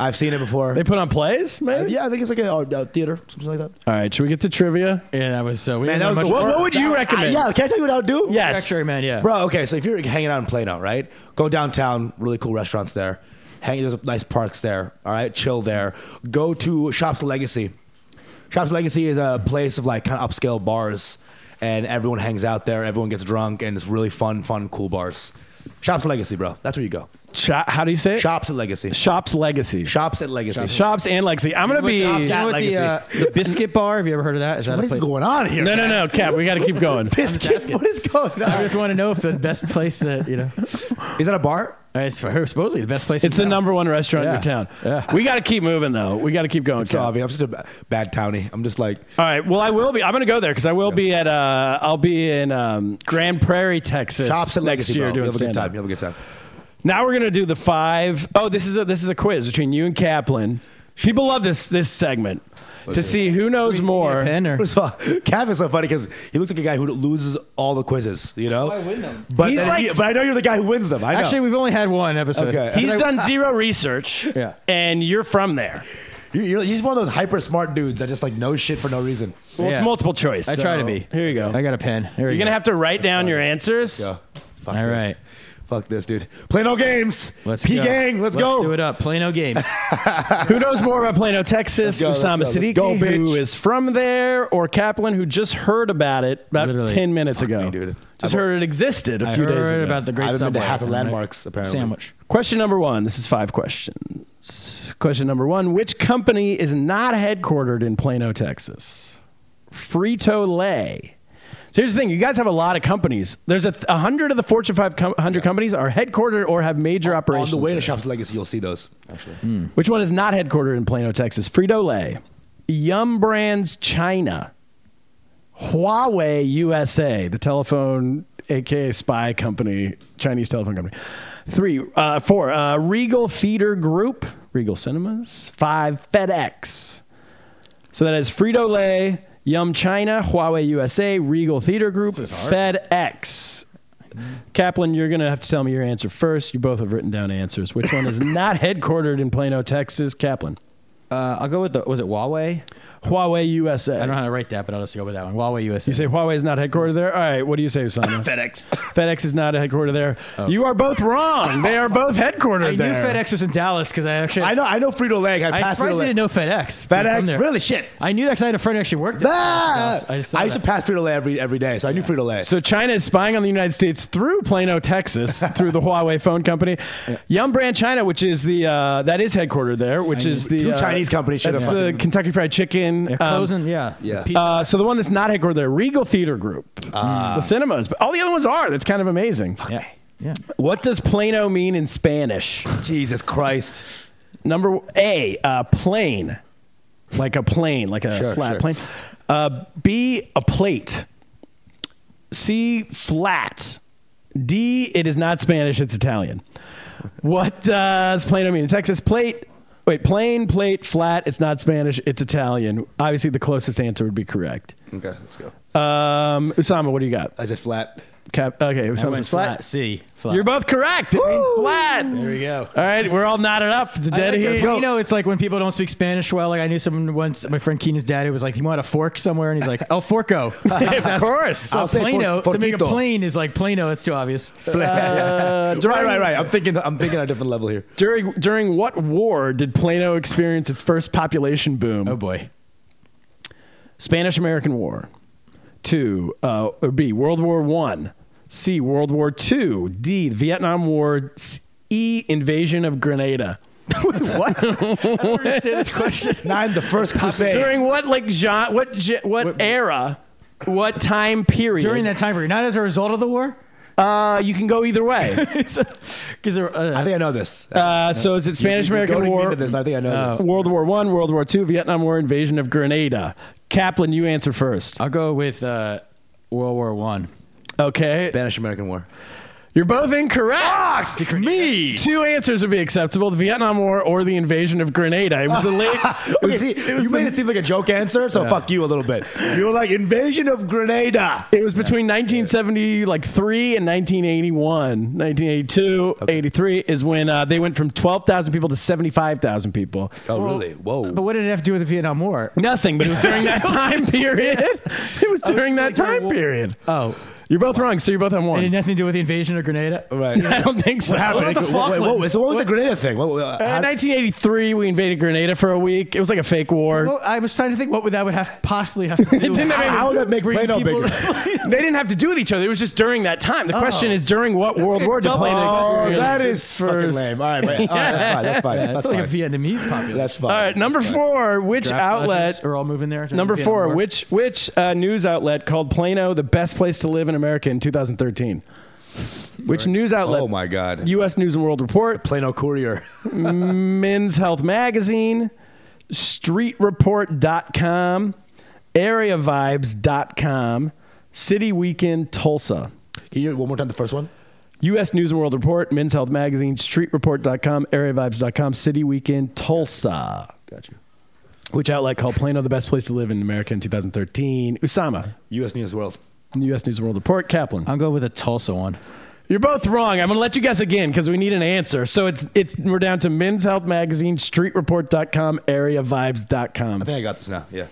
F: I've seen it before.
C: They put on plays, man.
F: yeah, I think it's like a, a theater, something like that.
C: All right, should we get to trivia?
D: Yeah, that was. Uh, we
F: Man,
D: didn't have
F: that was
D: much
F: the
C: What,
D: work.
C: what would you recommend?
F: yeah, can I tell you what I would do?
C: Yes.
D: X-ray man. Yeah.
F: Bro, okay, so if you're hanging out in Plano, right? Go downtown, really cool restaurants there. Hang there's nice parks there, all right? Chill there. Go to Shops Legacy. Shops Legacy is a place of like kind of upscale bars and everyone hangs out there, everyone gets drunk and it's really fun, fun, cool bars. Shops Legacy, bro. That's where you go.
C: Sho- how do you say it?
F: Shops at Legacy.
C: Shops Legacy.
F: Shops at Legacy.
C: Shops and Legacy. I'm gonna be.
F: Shops
D: You know
F: at
D: what the, uh,
F: Legacy.
D: the biscuit bar? Have you ever heard of that? Is that
F: What
D: a
F: is
D: place-
F: going on here?
C: No, no, no, Cap. We got to keep going.
F: Biscuit, what is going
D: I
F: on?
D: just want to know if the best place that you know.
F: Is that a bar?
D: It's for her, supposedly the best place.
C: It's the number one restaurant in your
D: Yeah.
C: town. We got to keep moving though. We got to keep going.
F: So,
C: Cap.
F: I mean, I'm just a ba- bad townie. I'm just like,
C: All right. Well, I will be. I'm going to go there because I will be at. Uh, I'll be in um, Grand Prairie, Texas.
F: shops at Legacy,
C: next year
F: bro. You
C: doing
F: have a good
C: stand-up.
F: time. You have a good time.
C: Now we're going to do the five oh this is a this is a quiz between you and Kaplan. People love this this segment to see who knows more.
D: pen or
F: First of all, Cav is so funny because he looks like a guy who loses all the quizzes, you know? I win them. But,
C: He's
F: then
C: like-
F: he- but I know you're the guy who wins them. I know.
D: Actually, we've only had one episode.
F: Okay.
C: He's done zero research.
D: Yeah.
C: And you're from there.
F: You're- you're- he's one of those hyper smart dudes that just like knows shit for no reason.
C: Well, it's
D: Yeah.
C: multiple choice.
D: I try to be.
C: Here you go.
D: I got a pen. Here we
C: You're going
D: go.
C: to have to write down your answers.
F: Yo, fuck
D: All
F: this.
D: right.
F: Fuck this, dude. Play no games.
D: Let's
F: P
D: go.
F: gang, let's,
D: Do
F: go.
D: it up. Plano games.
C: Who knows more about Plano, Texas?
F: Let's go,
C: Usama
F: let's go,
C: Siddiqui,
F: let's go, bitch.
C: who is from there, or Kaplan, who just heard about it about
D: Literally.
C: 10 minutes ago?
F: me, dude.
C: Just
F: I've-
C: heard it existed a
D: I
C: few days
D: heard
C: ago.
D: about the
F: I
D: great
F: haven't been to
D: subway.
F: half the landmarks, apparently.
D: Sandwich.
C: Question number one. This is five questions. Question number one Which company is not headquartered in Plano, Texas? Frito Lay. So here's the thing you guys have a lot of companies. There's a, th- a hundred of the Fortune 500 companies are headquartered or have major
F: On
C: operations.
F: the way to
C: there.
F: Shops Legacy, you'll see those. Actually,
C: Which one is not headquartered in Plano, Texas? Frito Lay, Yum Brands China, Huawei USA, the telephone, aka spy company, Chinese telephone company. Three, uh, four, uh, Regal Theater Group, Regal Cinemas. Five, FedEx. So that is Frito Lay, Yum China, Huawei USA, Regal Theater Group, FedEx. Kaplan, you're going to have to tell me your answer first. You both have written down answers. Which one is not headquartered in Plano, Texas? Kaplan.
D: Uh, I'll go with the. Was it Huawei?
C: Huawei USA.
D: I don't know how to write that, but I'll just go with that one. Huawei USA.
C: You say Huawei is not headquartered there? All right, what do you say, Usama?
F: FedEx. Oh.
C: FedEx is not headquartered there. You are both wrong. They are both headquartered
D: I knew
C: there.
D: FedEx was in Dallas because I actually.
F: I know. I know Frito Lay. I
D: I
F: passed Frito
D: surprised I
F: Lay.
D: didn't know FedEx. From
F: FedEx.
D: there.
F: Really shit.
D: I knew that because I had a friend who actually worked. there.
F: Ah!
D: I just thought
F: I used to
D: that.
F: pass Frito Lay every every day, so I knew Frito Lay.
C: So China is spying on the United States through Plano, Texas, through the Huawei phone company, Yum Brand China, which is the uh, that is headquartered there, which is the
F: Two
C: uh,
F: Chinese companies should
C: That's
F: have
C: the
F: fucking-
C: Kentucky Fried Chicken.
D: They're
C: um,
D: closing. yeah.
F: yeah.
D: Pizza.
C: Uh, so the one that's not headquartered there, Regal Theater Group, Mm. the cinemas, but all the other ones are. That's kind of amazing.
D: yeah. Yeah.
C: What does Plano mean in Spanish?
F: Jesus Christ.
C: Number A, uh, plane, like a plane, like a
F: Sure,
C: flat
F: sure.
C: plane. Uh, B, a plate. C, flat. D, it is not Spanish, it's Italian. What does Plano mean in Texas? Plate. Wait, plane, plate, flat. It's not Spanish, it's Italian. Obviously, the closest answer would be correct.
F: Okay, let's go.
C: Um, Usama, what do you got?
F: I said flat.
C: Cap, okay,
D: I
C: Usama's
D: went
C: flat.
D: flat. C. Flat.
C: You're both correct. It means flat.
D: There we go.
C: All right, we're all knotted up. It's a dead
D: I like
C: heat.
D: that. You know, it's like when people don't speak Spanish well. Like I knew someone once. My friend Keenan's dad. It was like he wanted a fork somewhere, and he's like, "El forco."
C: of course.
F: I'll say
D: Plano
F: for-
D: to make a
F: fortito.
D: plane is like Plano. It's too obvious.
F: Uh, right, right, right. I'm thinking. I'm thinking on a different level here.
C: During during what war did Plano experience its first population boom?
D: Oh boy.
C: Spanish American War. Two uh, or B World War One. C World War Two. D Vietnam War. C, E Invasion of Grenada.
D: What? I don't understand this question.
F: Nine, the first crusade.
C: During what like genre, what, ge- what era? What time period?
D: During that time period, not as a result of the war.
C: Uh, you can go either way.
D: Because they're, uh,
F: I think I know this.
C: Uh, so is it Spanish American
F: You're goading me
C: War? Uh,
F: into this, but I think I know this.
C: World War One, World War Two, Vietnam War, invasion of Grenada. Kaplan, you answer first.
D: I'll go with uh, World War One.
C: Okay,
F: Spanish American War.
C: you're both incorrect. me. Two answers would be acceptable: the Vietnam War or the invasion of Grenada. It was the late. it was-
F: Okay, see, you made it seem like a joke answer, so fuck you a little bit. You were like invasion of Grenada.
C: It was between 1970, like three, and 1981, 1982, 83 is when uh, they went from 12,000 people to 75,000 people.
F: Oh really? Whoa.
D: But what did it have to do with the Vietnam War?
C: Nothing, but it was during that time period. It was during that
D: thinking,
C: time
D: well,
C: period.
D: Oh,
C: You're both wrong, so you're both on
D: it had
C: one.
D: nothing to do with the invasion of Grenada.
F: Right.
C: I don't think so.
F: What happened?
D: uh, What about the
F: Wait, wait, wait, so what was the Grenada thing? What,
C: Uh,
F: how-
C: 1983, we invaded Grenada for a week. It was like a fake war.
D: Well, I was trying to think what would that would have possibly have to do. it
C: didn't have
F: how, how would that make
D: bringing
F: Plano
D: people-
F: bigger?
C: they didn't have to do with each other. It was just during that time. The question is during what World War did
D: double
C: Plato
F: oh,
C: experience
F: that
C: its
F: is fucking
C: first-
F: lame. All right, but, all right, that's fine. That's
D: That's
F: fine.
D: like
F: That's
D: a
F: fine.
D: Vietnamese population.
F: That's fine.
C: All right, number
F: That's fine.
C: four, which
D: Draft
C: outlet
D: dodgers are all moving there. during
C: Number
D: the
C: four,
D: Vietnam War.
C: which which uh, news outlet called Plano the best place to live in America in 2013? Which news outlet?
F: Oh my God.
C: U.S. News and World Report,
F: Plano Courier.
C: Men's Health Magazine, StreetReport.com, AreaVibes.com, City Weekend Tulsa.
F: Can you do it one more time? The first one.
C: U.S. News and World Report, Men's Health Magazine, StreetReport.com, AreaVibes.com, City Weekend Tulsa. Got you. Which outlet called Plano the best place to live in America in 2013? Usama.
F: U.S. News World.
C: U.S. News and World Report, Kaplan.
D: I'll go with a Tulsa one.
C: You're both wrong. I'm gonna let you guess again because we need an answer. So it's it's we're down to Men's Health Magazine, StreetReport.com, AreaVibes.com.
F: I think I got this now. Yeah.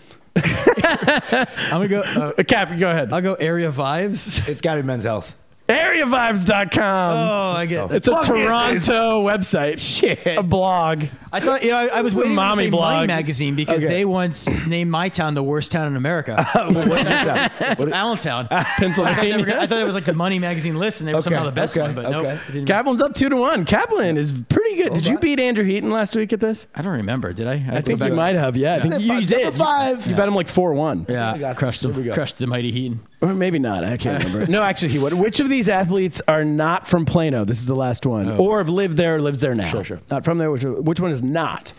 D: I'm gonna go. Uh,
C: Uh, Cap, go ahead.
D: I'll go area vibes.
F: It's got to be Men's Health.
C: AreaVibes.com.
D: Oh, I get.
C: it's a Toronto website.
F: Shit.
C: A blog.
D: I thought you know I, I was
C: It's a
D: waiting
C: mommy
D: mommy to say
C: blog.
D: Money Magazine because
F: Okay.
D: they once named my town the worst town in America, Allentown. I thought, they were gonna- I
C: Pennsylvania.
D: thought it was like the Money Magazine list, and they were somehow the best
F: okay,
D: one. But
F: okay.
D: no, it didn't-
C: Kaplan's up two to one. Kaplan is pretty good. Did you beat Andrew Heaton last week at this?
D: I don't remember. Did I? I,
C: I think you might have. Yeah, I think you, you did. You,
F: Five.
C: you bet him like four one.
D: Yeah,
F: I got this.
D: crushed
F: Here we
D: the
F: go.
D: crushed the mighty Heaton.
C: Or maybe not. I can't remember. no, actually, he would. Which of these athletes are not from Plano? This is the last one. Or have lived there or lives there now.
F: Sure, sure.
C: Not from there. Which, which one is not?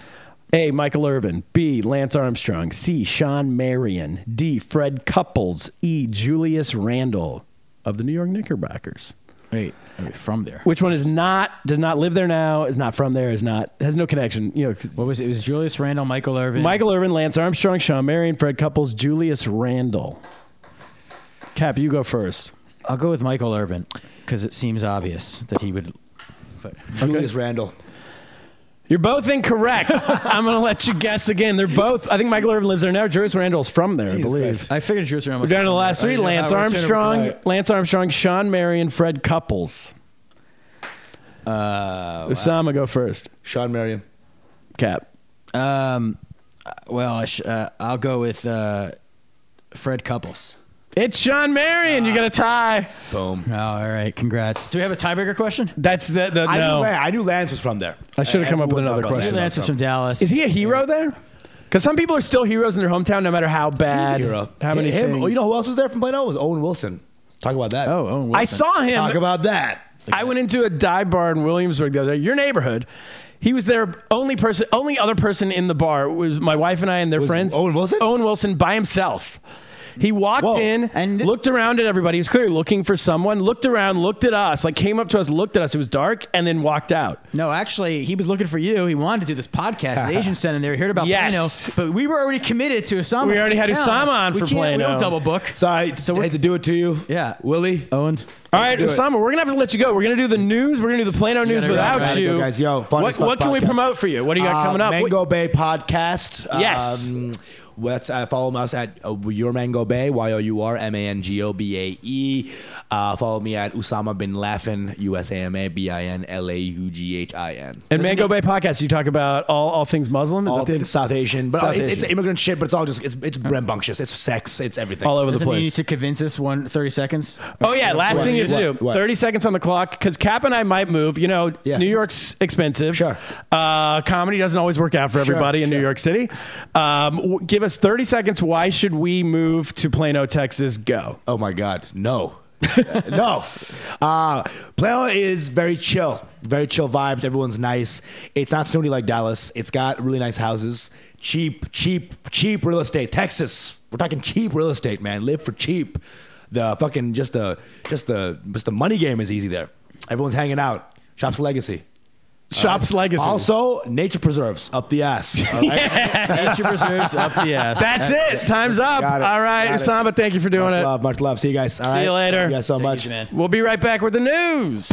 C: A. Michael Irvin. B. Lance Armstrong. C. Sean Marion. D. Fred Couples. E. Julius Randall of the New York Knickerbockers.
D: Wait, are we from there?
C: Which one is not, does not live there now, is not from there, is not, has no connection. You know, 'cause
D: What was it? It was Julius Randall, Michael Irvin.
C: Michael Irvin, Lance Armstrong, Sean Marion, Fred Couples, Julius Randall. Cap, you go first.
D: I'll go with Michael Irvin because it seems obvious that he would.
F: Julius Randall.
C: You're both incorrect. I'm going to let you guess again. They're both. I think Michael Irvin lives there now. Julius Randall's from there, I believe.
D: I figured Julius Randall.
C: We're down to the last three: Lance Armstrong,
F: right.
C: Lance Armstrong, Sean Marion, Fred Couples.
D: Uh,
C: Osama, go first.
F: Sean Marion.
C: Cap.
D: um, well, I sh- uh, I'll go with uh, Fred Couples.
C: It's Sean Marion. you got a tie.
F: Boom.
D: Oh, all right. Congrats. Do we have a tiebreaker question?
C: That's the, the
F: I, knew
C: no.
F: Lan- I knew Lance was from there.
C: I should have come up with
F: Everyone
C: another
F: thought about
C: question.
F: that.
D: Lance is from Dallas.
C: Is he a hero there? Because some people are still heroes in their hometown, no matter how bad,
F: Hero.
C: how many
F: him?
C: things.
F: Oh, you know who else was there from Plano? It was Owen Wilson. Talk about that.
D: Oh, Owen Wilson.
C: I saw him.
F: Talk about that.
C: I went into a dive bar in Williamsburg the other day, your neighborhood. He was their only person, only other person in the bar was my wife and I and their friends.
F: Owen Wilson?
C: Owen Wilson by himself. He walked
F: Whoa.
C: in and
D: And-
C: looked around at everybody. He was clearly looking for someone. Looked around, looked at us, like came up to us, looked at us. It was dark, and then walked out.
D: No, actually, he was looking for you. He wanted to do this podcast. His agent sent him there. He heard about
C: Yes.
D: Plano, but we were already committed to Osama.
C: We already had
D: His
C: Osama
D: talent.
C: on
D: we
C: for
D: can't- We
C: Plano.
D: don't double book.
F: Sorry, so I hate to do it to you.
D: Yeah.
F: Willie.
D: Owen,
C: All right,
F: do it.
C: Osama, we're gonna have to let you go. We're gonna do the news. We're gonna do the Plano news
D: gotta go.
C: without
D: I gotta
C: you,
F: go, guys. Yo, fun
C: what
F: as fuck
C: what can we
F: podcast.
C: promote for you? What do you got
F: Uh,
C: coming up?
F: Mango Bay podcast.
C: Yes.
F: Um, let's uh, follow us at uh, Your Mango Bay. Y o u r m a n g o b a e. Uh, follow me at Usama bin Laffin. U s a m a b i n l a u g h i n.
C: and Mango Bay podcast, you talk about all, all things Muslim. Is
F: All
C: that the-
F: things South Asian, but uh,
C: South
F: it's,
C: Asian.
F: it's immigrant shit. But it's all just it's it's rambunctious. It's sex. It's everything.
C: all over the
D: doesn't
C: place.
D: you need to convince us one 30 seconds?
C: Oh yeah, last
F: What?
C: thing you have to do.
F: What? What?
C: Thirty seconds on the clock because Cap and I might move. You know,
F: Yeah.
C: New York's expensive.
F: Sure.
C: Uh, comedy doesn't always work out for everybody in New
F: sure.
C: York City. Um, w- give us thirty seconds. Why should we move to Plano, Texas? Go.
F: Oh my God, no. no. Uh, Plano is very chill, very chill vibes. Everyone's nice. It's not snooty like Dallas. It's got really nice houses, cheap, cheap, cheap real estate. Texas, we're talking cheap real estate, man. Live for cheap. The fucking just the just the just the money game is easy there. Everyone's hanging out. Shops Legacy.
C: Shop's legacy.
F: Also, nature preserves up the ass. all right?
D: Nature preserves up the ass.
C: That's it. Time's up.
F: Got it.
C: All right,
F: Got it.
C: Usama, thank you for doing
F: Much
C: it.
F: love, much love. See you guys. All
C: See you
F: right?
C: later.
F: Thank you guys so
D: Take it
F: much.
D: easy, man.
C: We'll be right back with the news.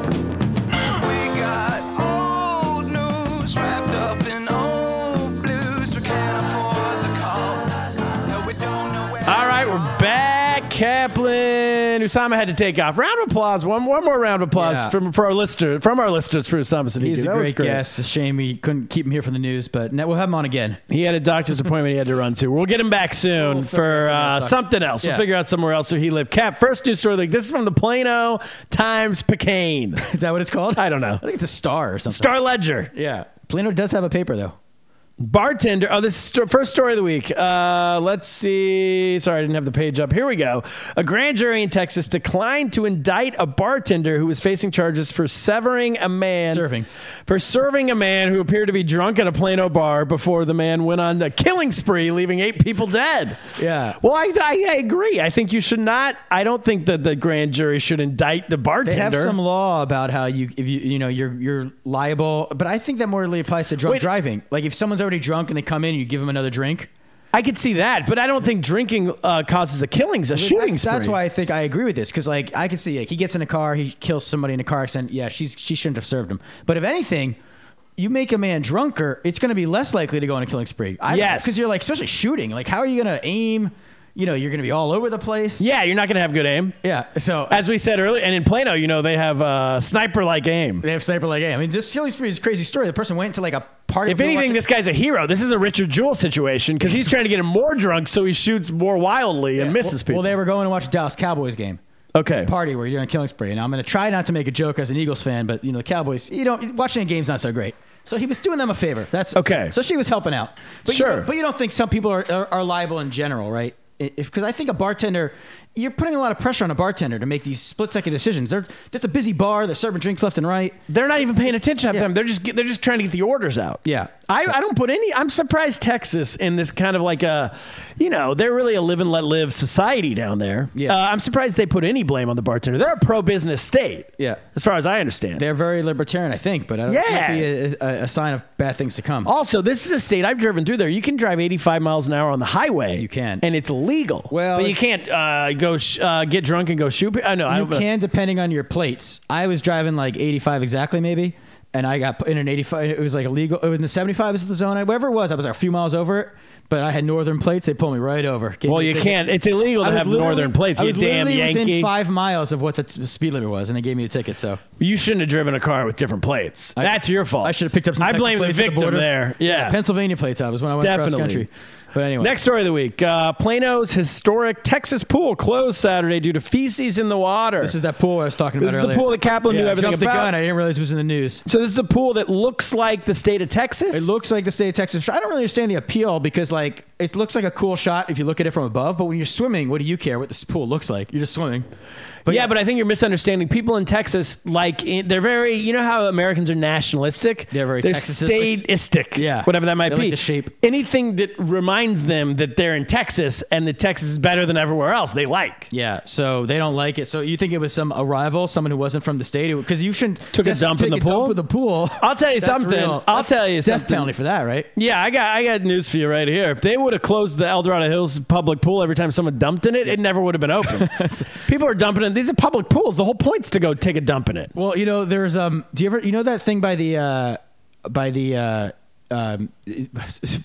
E: We got old news wrapped up in old blues. We can't afford the call. No, we don't know where.
C: All right, we're back. Kaplan, Usama had to take off. Round of applause. One, one more round of applause
D: Yeah.
C: from for our listener, from our listeners for Usama Siddiqui.
D: He's a
C: That was
D: great, guest. It's a shame we couldn't keep him here for the news, but now we'll have him on again.
C: He had a doctor's appointment he had to run to. We'll get him back soon
D: We'll figure
C: for
D: something
C: uh,
D: else out.
C: something else.
D: Yeah.
C: We'll figure out somewhere else where he lived. Cap, first news story. Like, this is from the Plano Times Picayune.
D: Is that what it's called?
C: I don't know.
D: I think it's a star or something.
C: Star Ledger.
D: Yeah. Plano does have a paper though.
C: Bartender. Oh, this is sto- first story of the week. Uh, let's see. Sorry, I didn't have the page up. Here we go. A grand jury in Texas declined to indict a bartender who was facing charges for severing a man
D: Serving.
C: for serving a man who appeared to be drunk at a Plano bar before the man went on a killing spree, leaving eight people dead.
D: Yeah.
C: Well, I, I, I agree. I think you should not. I don't think that the grand jury should indict the bartender.
D: They have some law about how you if you you know you're you're liable, but I think that more really applies to drunk
C: Wait.
D: driving. Like if someone's already drunk and they come in and you give them another drink,
C: I could see that, but I don't think drinking uh, causes a killing, a shooting
D: that's,
C: spree.
D: that's why I think I agree with this because like I can see like he gets in a car, he kills somebody in a car accident. Yeah, she's she shouldn't have served him. But if anything. You make a man drunker, it's going to be less likely to go on a killing spree. I,
C: Yes.
D: because you're like, especially shooting. Like, how are you going to aim? You know, you're going to be all over the place.
C: Yeah, you're not going to have good aim.
D: yeah. So
C: As we said earlier, and in Plano, you know, they have uh, sniper like aim.
D: They have sniper like, hey, I mean, this Silly Spree is a crazy story. The person went to like a party.
C: If anything, this guy's a hero. This is a Richard Jewell situation because he's trying to get him more drunk so he shoots more wildly and misses
D: well,
C: people.
D: Well, they were going to watch a Dallas Cowboys game.
C: Okay.
D: It's a party where you're doing a killing spree, and I'm going to try not to make a joke as an Eagles fan, but you know, the Cowboys, you know, watching a game's not so great. So he was doing them a favor. That's
C: Okay.
D: So she was helping out. But you-
C: Sure.
D: but you don't think some people are are, are liable in general, right? Because I think a bartender, you're putting a lot of pressure on a bartender to make these split second decisions. They're that's a busy bar. They're serving drinks left and right.
C: They're not even paying attention at the
D: Yeah.
C: time. They're just they're just trying to get the orders out.
D: Yeah.
C: I, I don't put any. I'm surprised Texas in this kind of like a, you know, they're really a live and let live society down there.
D: Yeah.
C: Uh, I'm surprised they put any blame on the bartender. They're a pro business state.
D: Yeah.
C: As far as I understand.
D: They're very libertarian, I think, but I don't, it
C: Yeah.
D: might be a, a, a sign of bad things to come.
C: Also, this is a state I've driven through there. You can drive 85 miles an hour on the highway.
D: You can.
C: And it's legal.
D: Well,
C: but you
D: it-
C: can't uh, go sh- uh, get drunk and go shoot. pe- I know. I
D: You
C: don't know.
D: can, depending on your plates. I was driving like 85 exactly, maybe, and I got put in an 85. It was like illegal. It was in the 75 was the zone. I- Whatever it was, I was a few miles over it, but I had northern plates. They pulled me right over. Gave
C: Well,
D: me a
C: you
D: ticket.
C: can't. It's illegal
D: I
C: to
D: was
C: have
D: literally-
C: northern plates.
D: I
C: You
D: was
C: damn
D: literally
C: Yankee.
D: Within five miles of what the t- speed limit was, and they gave me a ticket. So
C: You shouldn't have driven a car with different plates. That's your fault.
D: I should have picked up. some
C: I
D: Texas
C: blame the
D: plates at
C: victim
D: border.
C: there. Yeah.
D: Pennsylvania plates. I was when I went
C: Definitely.
D: across country. But anyway,
C: Next story of the week. Uh, Plano's historic Texas pool closed Saturday due to feces in the water.
D: This is that pool I was talking about
C: This is the
D: earlier.
C: pool that Kaplan
D: yeah,
C: knew
D: I
C: everything
D: jumped
C: about.
D: the gun. I didn't realize it was in the news.
C: so this is a pool that looks like the state of Texas.
D: It looks like the state of Texas. I don't really understand the appeal because, like, it looks like a cool shot if you look at it from above. But when you're swimming, what do you care what this pool looks like? You're just swimming. But
C: yeah, but I think you're misunderstanding. People in Texas, like in- they're very, you know how Americans are nationalistic.
D: They're very
C: they're
D: Texas-istic.
C: stateistic.
D: Yeah.
C: whatever that might
D: They
C: be.
D: like the shape.
C: Anything that reminds them that they're in Texas and that Texas is better than everywhere else, they like.
D: yeah, so they don't like it. So you think it was some arrival, someone who wasn't from the state? Because you shouldn't
C: Took a
D: just
C: dump in
D: take
C: the
D: a
C: pool?
D: Dump with the pool.
C: I'll tell you
D: That's
C: something.
D: real.
C: I'll
D: That's
C: tell you
D: death
C: something.
D: penalty for that, right?
C: Yeah, I got I got news for you right here. If they would have closed the El Dorado Hills public pool every time someone dumped in it, it never would have been open. People are dumping in these are public pools. The whole point's to go take a dump in it.
D: Well, you know, there's um. Do you ever you know that thing by the uh by the uh um,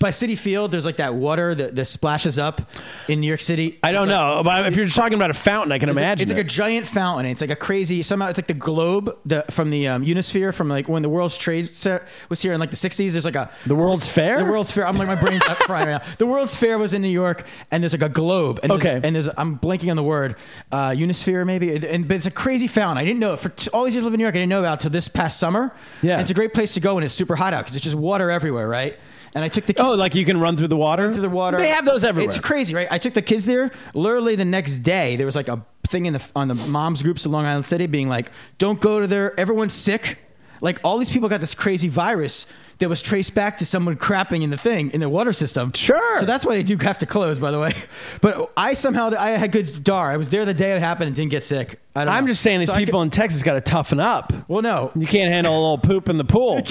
D: by City Field, there's like that water that, that splashes up in New York City.
C: I don't
D: It's like-
C: know. But if you're just talking about a fountain, I can
D: it's like-
C: imagine.
D: It's like
C: it.
D: a giant fountain. It's like a crazy somehow. It's like the globe the, from the um, Unisphere from like when the World's Trade Center was here in like the '60s. There's like a
C: the World's Fair.
D: the World's Fair. I'm like my brain's up frying right now. The World's Fair was in New York, and there's like a globe. And there's-
C: Okay.
D: And there's I'm blanking on the word, uh, Unisphere maybe. And, and but it's a crazy fountain. I didn't know it for t- all these years living in New York. I didn't know about it till this past summer.
C: Yeah.
D: And it's a great place to go when it's super hot out because it's just water everywhere, right? And I took the kids
C: Oh, like you can run through the water.
D: through the water.
C: They have those everywhere.
D: It's crazy, right? I took the kids there. Literally the next day, there was like a thing in the on the moms groups in Long Island City being like, "Don't go to there. Everyone's sick." Like all these people got this crazy virus that was traced back to someone crapping in the thing in the water system.
C: Sure.
D: So that's why they do have to close, by the way. But I somehow I had good dar. I was there the day it happened and didn't get sick. I don't
C: I'm
D: know.
C: just saying, these
D: So I
C: people
D: could-
C: in Texas got to toughen up.
D: well, no.
C: You can't handle a little poop in the pool.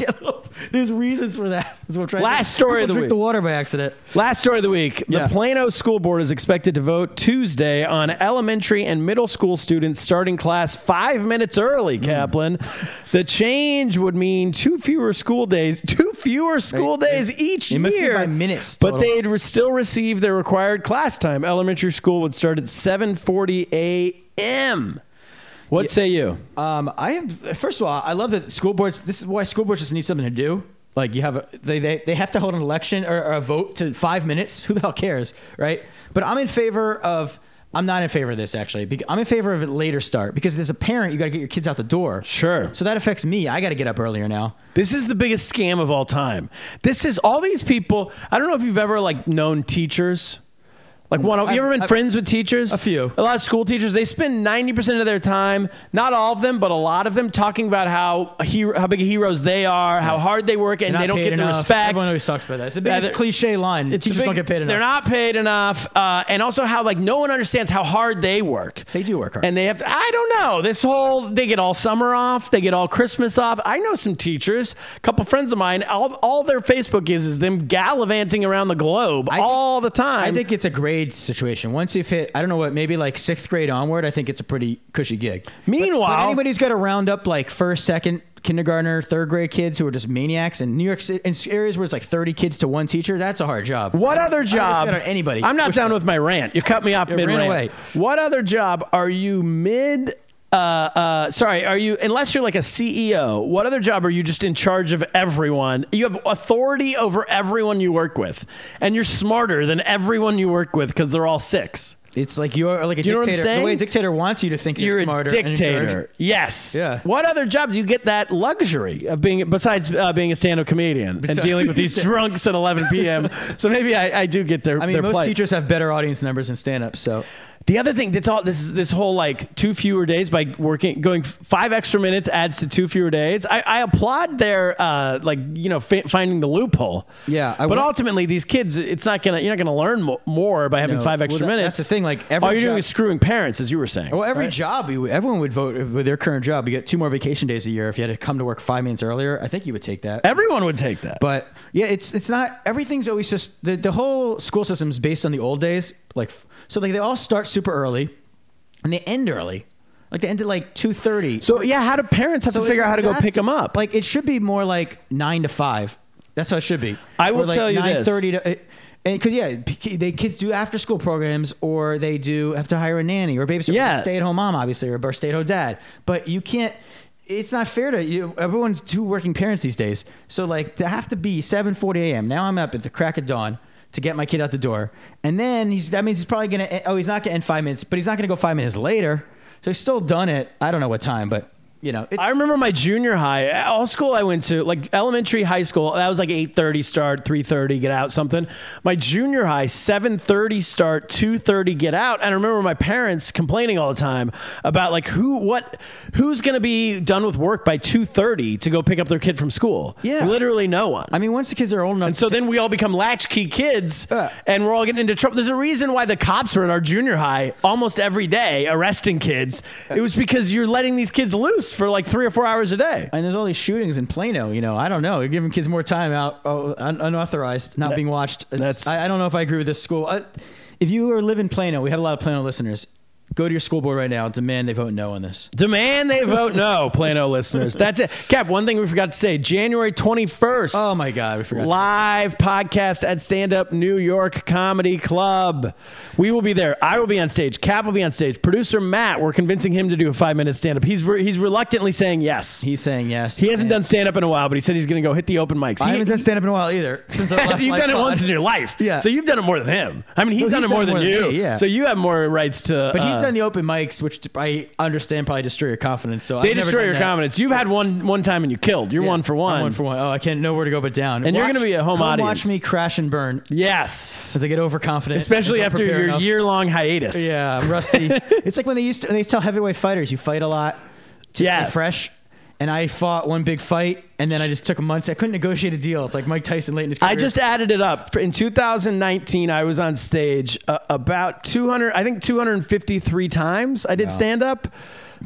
D: There's reasons for that. That's what I'm trying to-
C: Last story of
D: People
C: the
D: drink
C: week.
D: the water by accident.
C: Last story of the week.
D: Yeah.
C: The Plano School Board is expected to vote Tuesday on elementary and middle school students starting class five minutes early,
D: Hmm.
C: Kaplan. The change would mean two fewer school days, two fewer school
D: Right.
C: days each
D: It must be
C: year.
D: by minutes
C: But
D: total.
C: they'd re- still receive their required class time. Elementary school would start at 7.40 a.m. What say you?
D: Um, I am. First of all, I love that school boards. This is why school boards just need something to do. Like you have, a, they, they they have to hold an election or, or a vote to five minutes. Who the hell cares, right? But I'm in favor of. I'm not in favor of this actually. bec- I'm in favor of a later start because as a parent, you got to get your kids out the door.
C: Sure.
D: So that affects me. I got to get up earlier now.
C: This is the biggest scam of all time. This is all these people. I don't know if you've ever like known teachers. Like one, of- you ever been
D: I've-
C: friends with teachers?
D: A few.
C: A lot of school teachers. They spend ninety percent of their time, not all of them, but a lot of them, talking about how hero, how big heroes they are, how hard they work, and
D: They're
C: they
D: not
C: don't
D: paid
C: get the
D: enough.
C: respect.
D: Everyone always talks about that. It's the
C: Yeah,
D: biggest
C: they're-
D: cliche line.
C: It's a
D: Teachers
C: big-
D: don't get paid enough.
C: They're not paid enough, uh, and also how like no one understands how hard they work.
D: They do work hard.
C: and they have. To, I don't know this whole. They get all summer off. They get all Christmas off. I know some teachers, a couple friends of mine. All all their Facebook is is them gallivanting around the globe
D: think-
C: all the time.
D: I think it's a grade situation. Once you've hit, I don't know what, maybe like sixth grade onward, I think it's a pretty cushy gig. But-
C: Meanwhile-
D: but anybody's got to round up like first, second, kindergartner, third grade kids who are just maniacs in New York City, in areas where it's like 30 kids to one teacher, that's a hard job.
C: What
D: I- I
C: other
D: wish
C: job?
D: that on anybody.
C: I'm not
D: Wish
C: done
D: that-
C: with my rant. You cut me off
D: You
C: mid
D: ran
C: rant.
D: away.
C: What other job are you mid? Uh, uh, sorry, are you unless you're like a CEO? What other job are you just in charge of everyone? You have authority over everyone you work with, and you're smarter than everyone you work with because they're all six.
D: It's like you're like a
C: You know what I'm
D: dictator. the way a
C: saying?
D: dictator wants you to think you're,
C: You're
D: smarter.
C: a
D: and in charge.
C: dictator. Yes.
D: Yeah.
C: What other job do you get that luxury of being besides uh, being a stand-up comedian and dealing with these drunks at 11 p.m. So maybe I, I do get their.
D: I mean,
C: their
D: most
C: plight.
D: teachers have better audience numbers than stand ups, so
C: The other thing that's all this is this whole like two fewer days by working going f- five extra minutes adds to two fewer days. I, I applaud their uh, like you know fi- finding the loophole.
D: Yeah, I
C: but
D: wa-
C: ultimately these kids, it's not gonna you're not gonna learn mo- more by having
D: No.
C: five
D: Well,
C: extra
D: that-
C: minutes.
D: that's the thing, like, every
C: all you're
D: job- Oh,
C: doing is screwing parents, as you were saying.
D: Well, every
C: right?
D: job, you, everyone would vote with their current job. You get two more vacation days a year. If you had to come to work five minutes earlier, I think you would take that.
C: everyone would take that.
D: But yeah, it's it's not everything's always just the, the whole school system is based on the old days. Like so, like they all start super early, and they end early. Like they end at like two thirty.
C: so yeah, how do parents have to figure out how to go pick them up?
D: Like it should be more like nine to five. That's how it should be.
C: I will
D: Or, like
C: tell you this.
D: nine thirty to. It, and because yeah, p- they kids do after school programs, or they do have to hire a nanny or babysitter,
C: Yeah.
D: stay at home mom, obviously, or a stay at home dad. But you can't. It's not fair to you. Everyone's two working parents these days, so like to have to be seven forty a.m. Now I'm up at the crack of dawn to get my kid out the door, and then he's that means he's probably gonna. Oh, he's not gonna end five minutes, but he's not gonna go five minutes later. So he's still done it. I don't know what time, but you know, it's,
C: I remember my junior high, all school I went to, like elementary, high school. That was like eight thirty start, three thirty get out, something. My junior high, seven thirty start, two thirty get out. And I remember my parents complaining all the time about like who, what, who's going to be done with work by two thirty to go pick up their kid from school.
D: Yeah.
C: literally no one.
D: I mean, once the kids are old enough,
C: and so then we all become latchkey kids,
D: Yeah.
C: and we're all getting into trouble. There's a reason why the cops were at our junior high almost every day arresting kids. It was because you're letting these kids loose for like three or four hours a day.
D: and there's all these shootings in Plano. You know, I don't know. You're giving kids more time out, oh, un- unauthorized, not being watched. It's-
C: that's-
D: Uh, I, I don't know if I agree with this school. I, if you are live in Plano, we have a lot of Plano listeners. Go to your school board right now. Demand they vote no on this.
C: Demand they vote no, Plano listeners. That's it. Cap, one thing we forgot to say January 21st.
D: Oh my God, we forgot.
C: Live podcast at Stand Up New York Comedy Club. We will be there. I will be on stage. Cap will be on stage. Producer Matt, we're convincing him to do a five minute stand up. He's re- he's reluctantly saying yes. He,
D: He's saying yes.
C: hasn't done stand up in a while, but he said he's going to go hit the open mics.
D: I
C: He-
D: haven't done stand up in a while either. Since our last
C: you've
D: live
C: done it
D: pod.
C: once in your life,
D: Yeah.
C: So you've done it more than him. I mean, he's,
D: Well,
C: done it more than, you,
D: me, yeah.
C: So you have more rights to.
D: But he's
C: uh,
D: done the open mics, which I understand probably destroy your confidence. So
C: They
D: I've never
C: destroy
D: done
C: your
D: that.
C: confidence. You've had one one time and you killed. You're
D: Yeah,
C: one for
D: I'm
C: one.
D: One for one. Oh, I can't nowhere to go but down.
C: And you're gonna be a home
D: come
C: audience.
D: Watch me crash and burn
C: Yes,
D: as I get overconfident,
C: especially
D: and don't
C: after
D: prepare
C: your
D: enough.
C: year long hiatus.
D: Yeah, I'm rusty. it's like when they used to they tell heavyweight fighters you fight a lot to
C: Yeah.
D: stay fresh. And I fought one big fight, and then I just took months. I couldn't negotiate a deal. It's like Mike Tyson late in his career.
C: I just added it up. In 2019, I was on stage uh, about 200, I think 253 times. I did stand up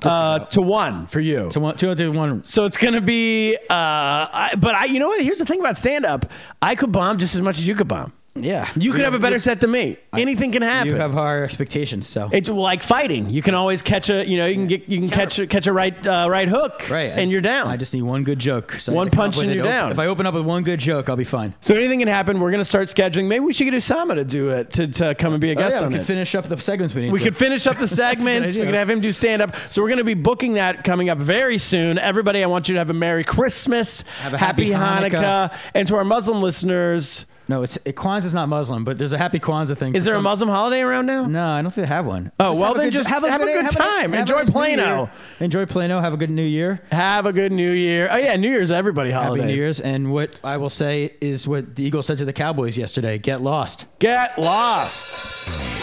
C: uh, to one for you.
D: to one, to do one.
C: So it's gonna be, uh, I, but I, you know what? Here's the thing about stand up: I could bomb just as much as you could bomb.
D: Yeah,
C: You could have a better set than me. Anything can happen.
D: You have higher expectations, so
C: It's like fighting. You can always catch a, you know, you can get, you can catch a, catch a right uh, right hook,
D: right. I
C: and
D: just-
C: you're down.
D: I just need one good joke. So I
C: One
D: gotta come
C: punch
D: up with
C: and
D: it.
C: you're
D: Open-
C: down.
D: If I open up with one good joke, I'll be fine.
C: so anything can happen. We're gonna start scheduling. Maybe we should get Usama to do it to, to come and be a
D: Oh,
C: guest
D: yeah,
C: on
D: we
C: it.
D: could finish up the segments we need.
C: we
D: to.
C: could finish up the segments. we
D: idea.
C: could have him do stand up. So we're going to be booking that coming up very soon. Everybody, I want you to have a Merry Christmas,
D: Have a happy
C: Hanukkah. and to our Muslim listeners,
D: No, it's it, Kwanzaa's not Muslim, but there's a Happy Kwanzaa thing.
C: is there a
D: Some-
C: Muslim holiday around now?
D: No, I don't think they have one.
C: Oh, well,
D: have a
C: then just have a good time.
D: have a
C: Enjoy
D: nice New
C: Plano.
D: Year. Enjoy Plano. Have a good New Year.
C: Have a good New Year. Oh yeah, New Year's everybody holiday.
D: Happy New Year's. And what I will say is what the Eagles said to the Cowboys yesterday: get lost.
C: Get lost.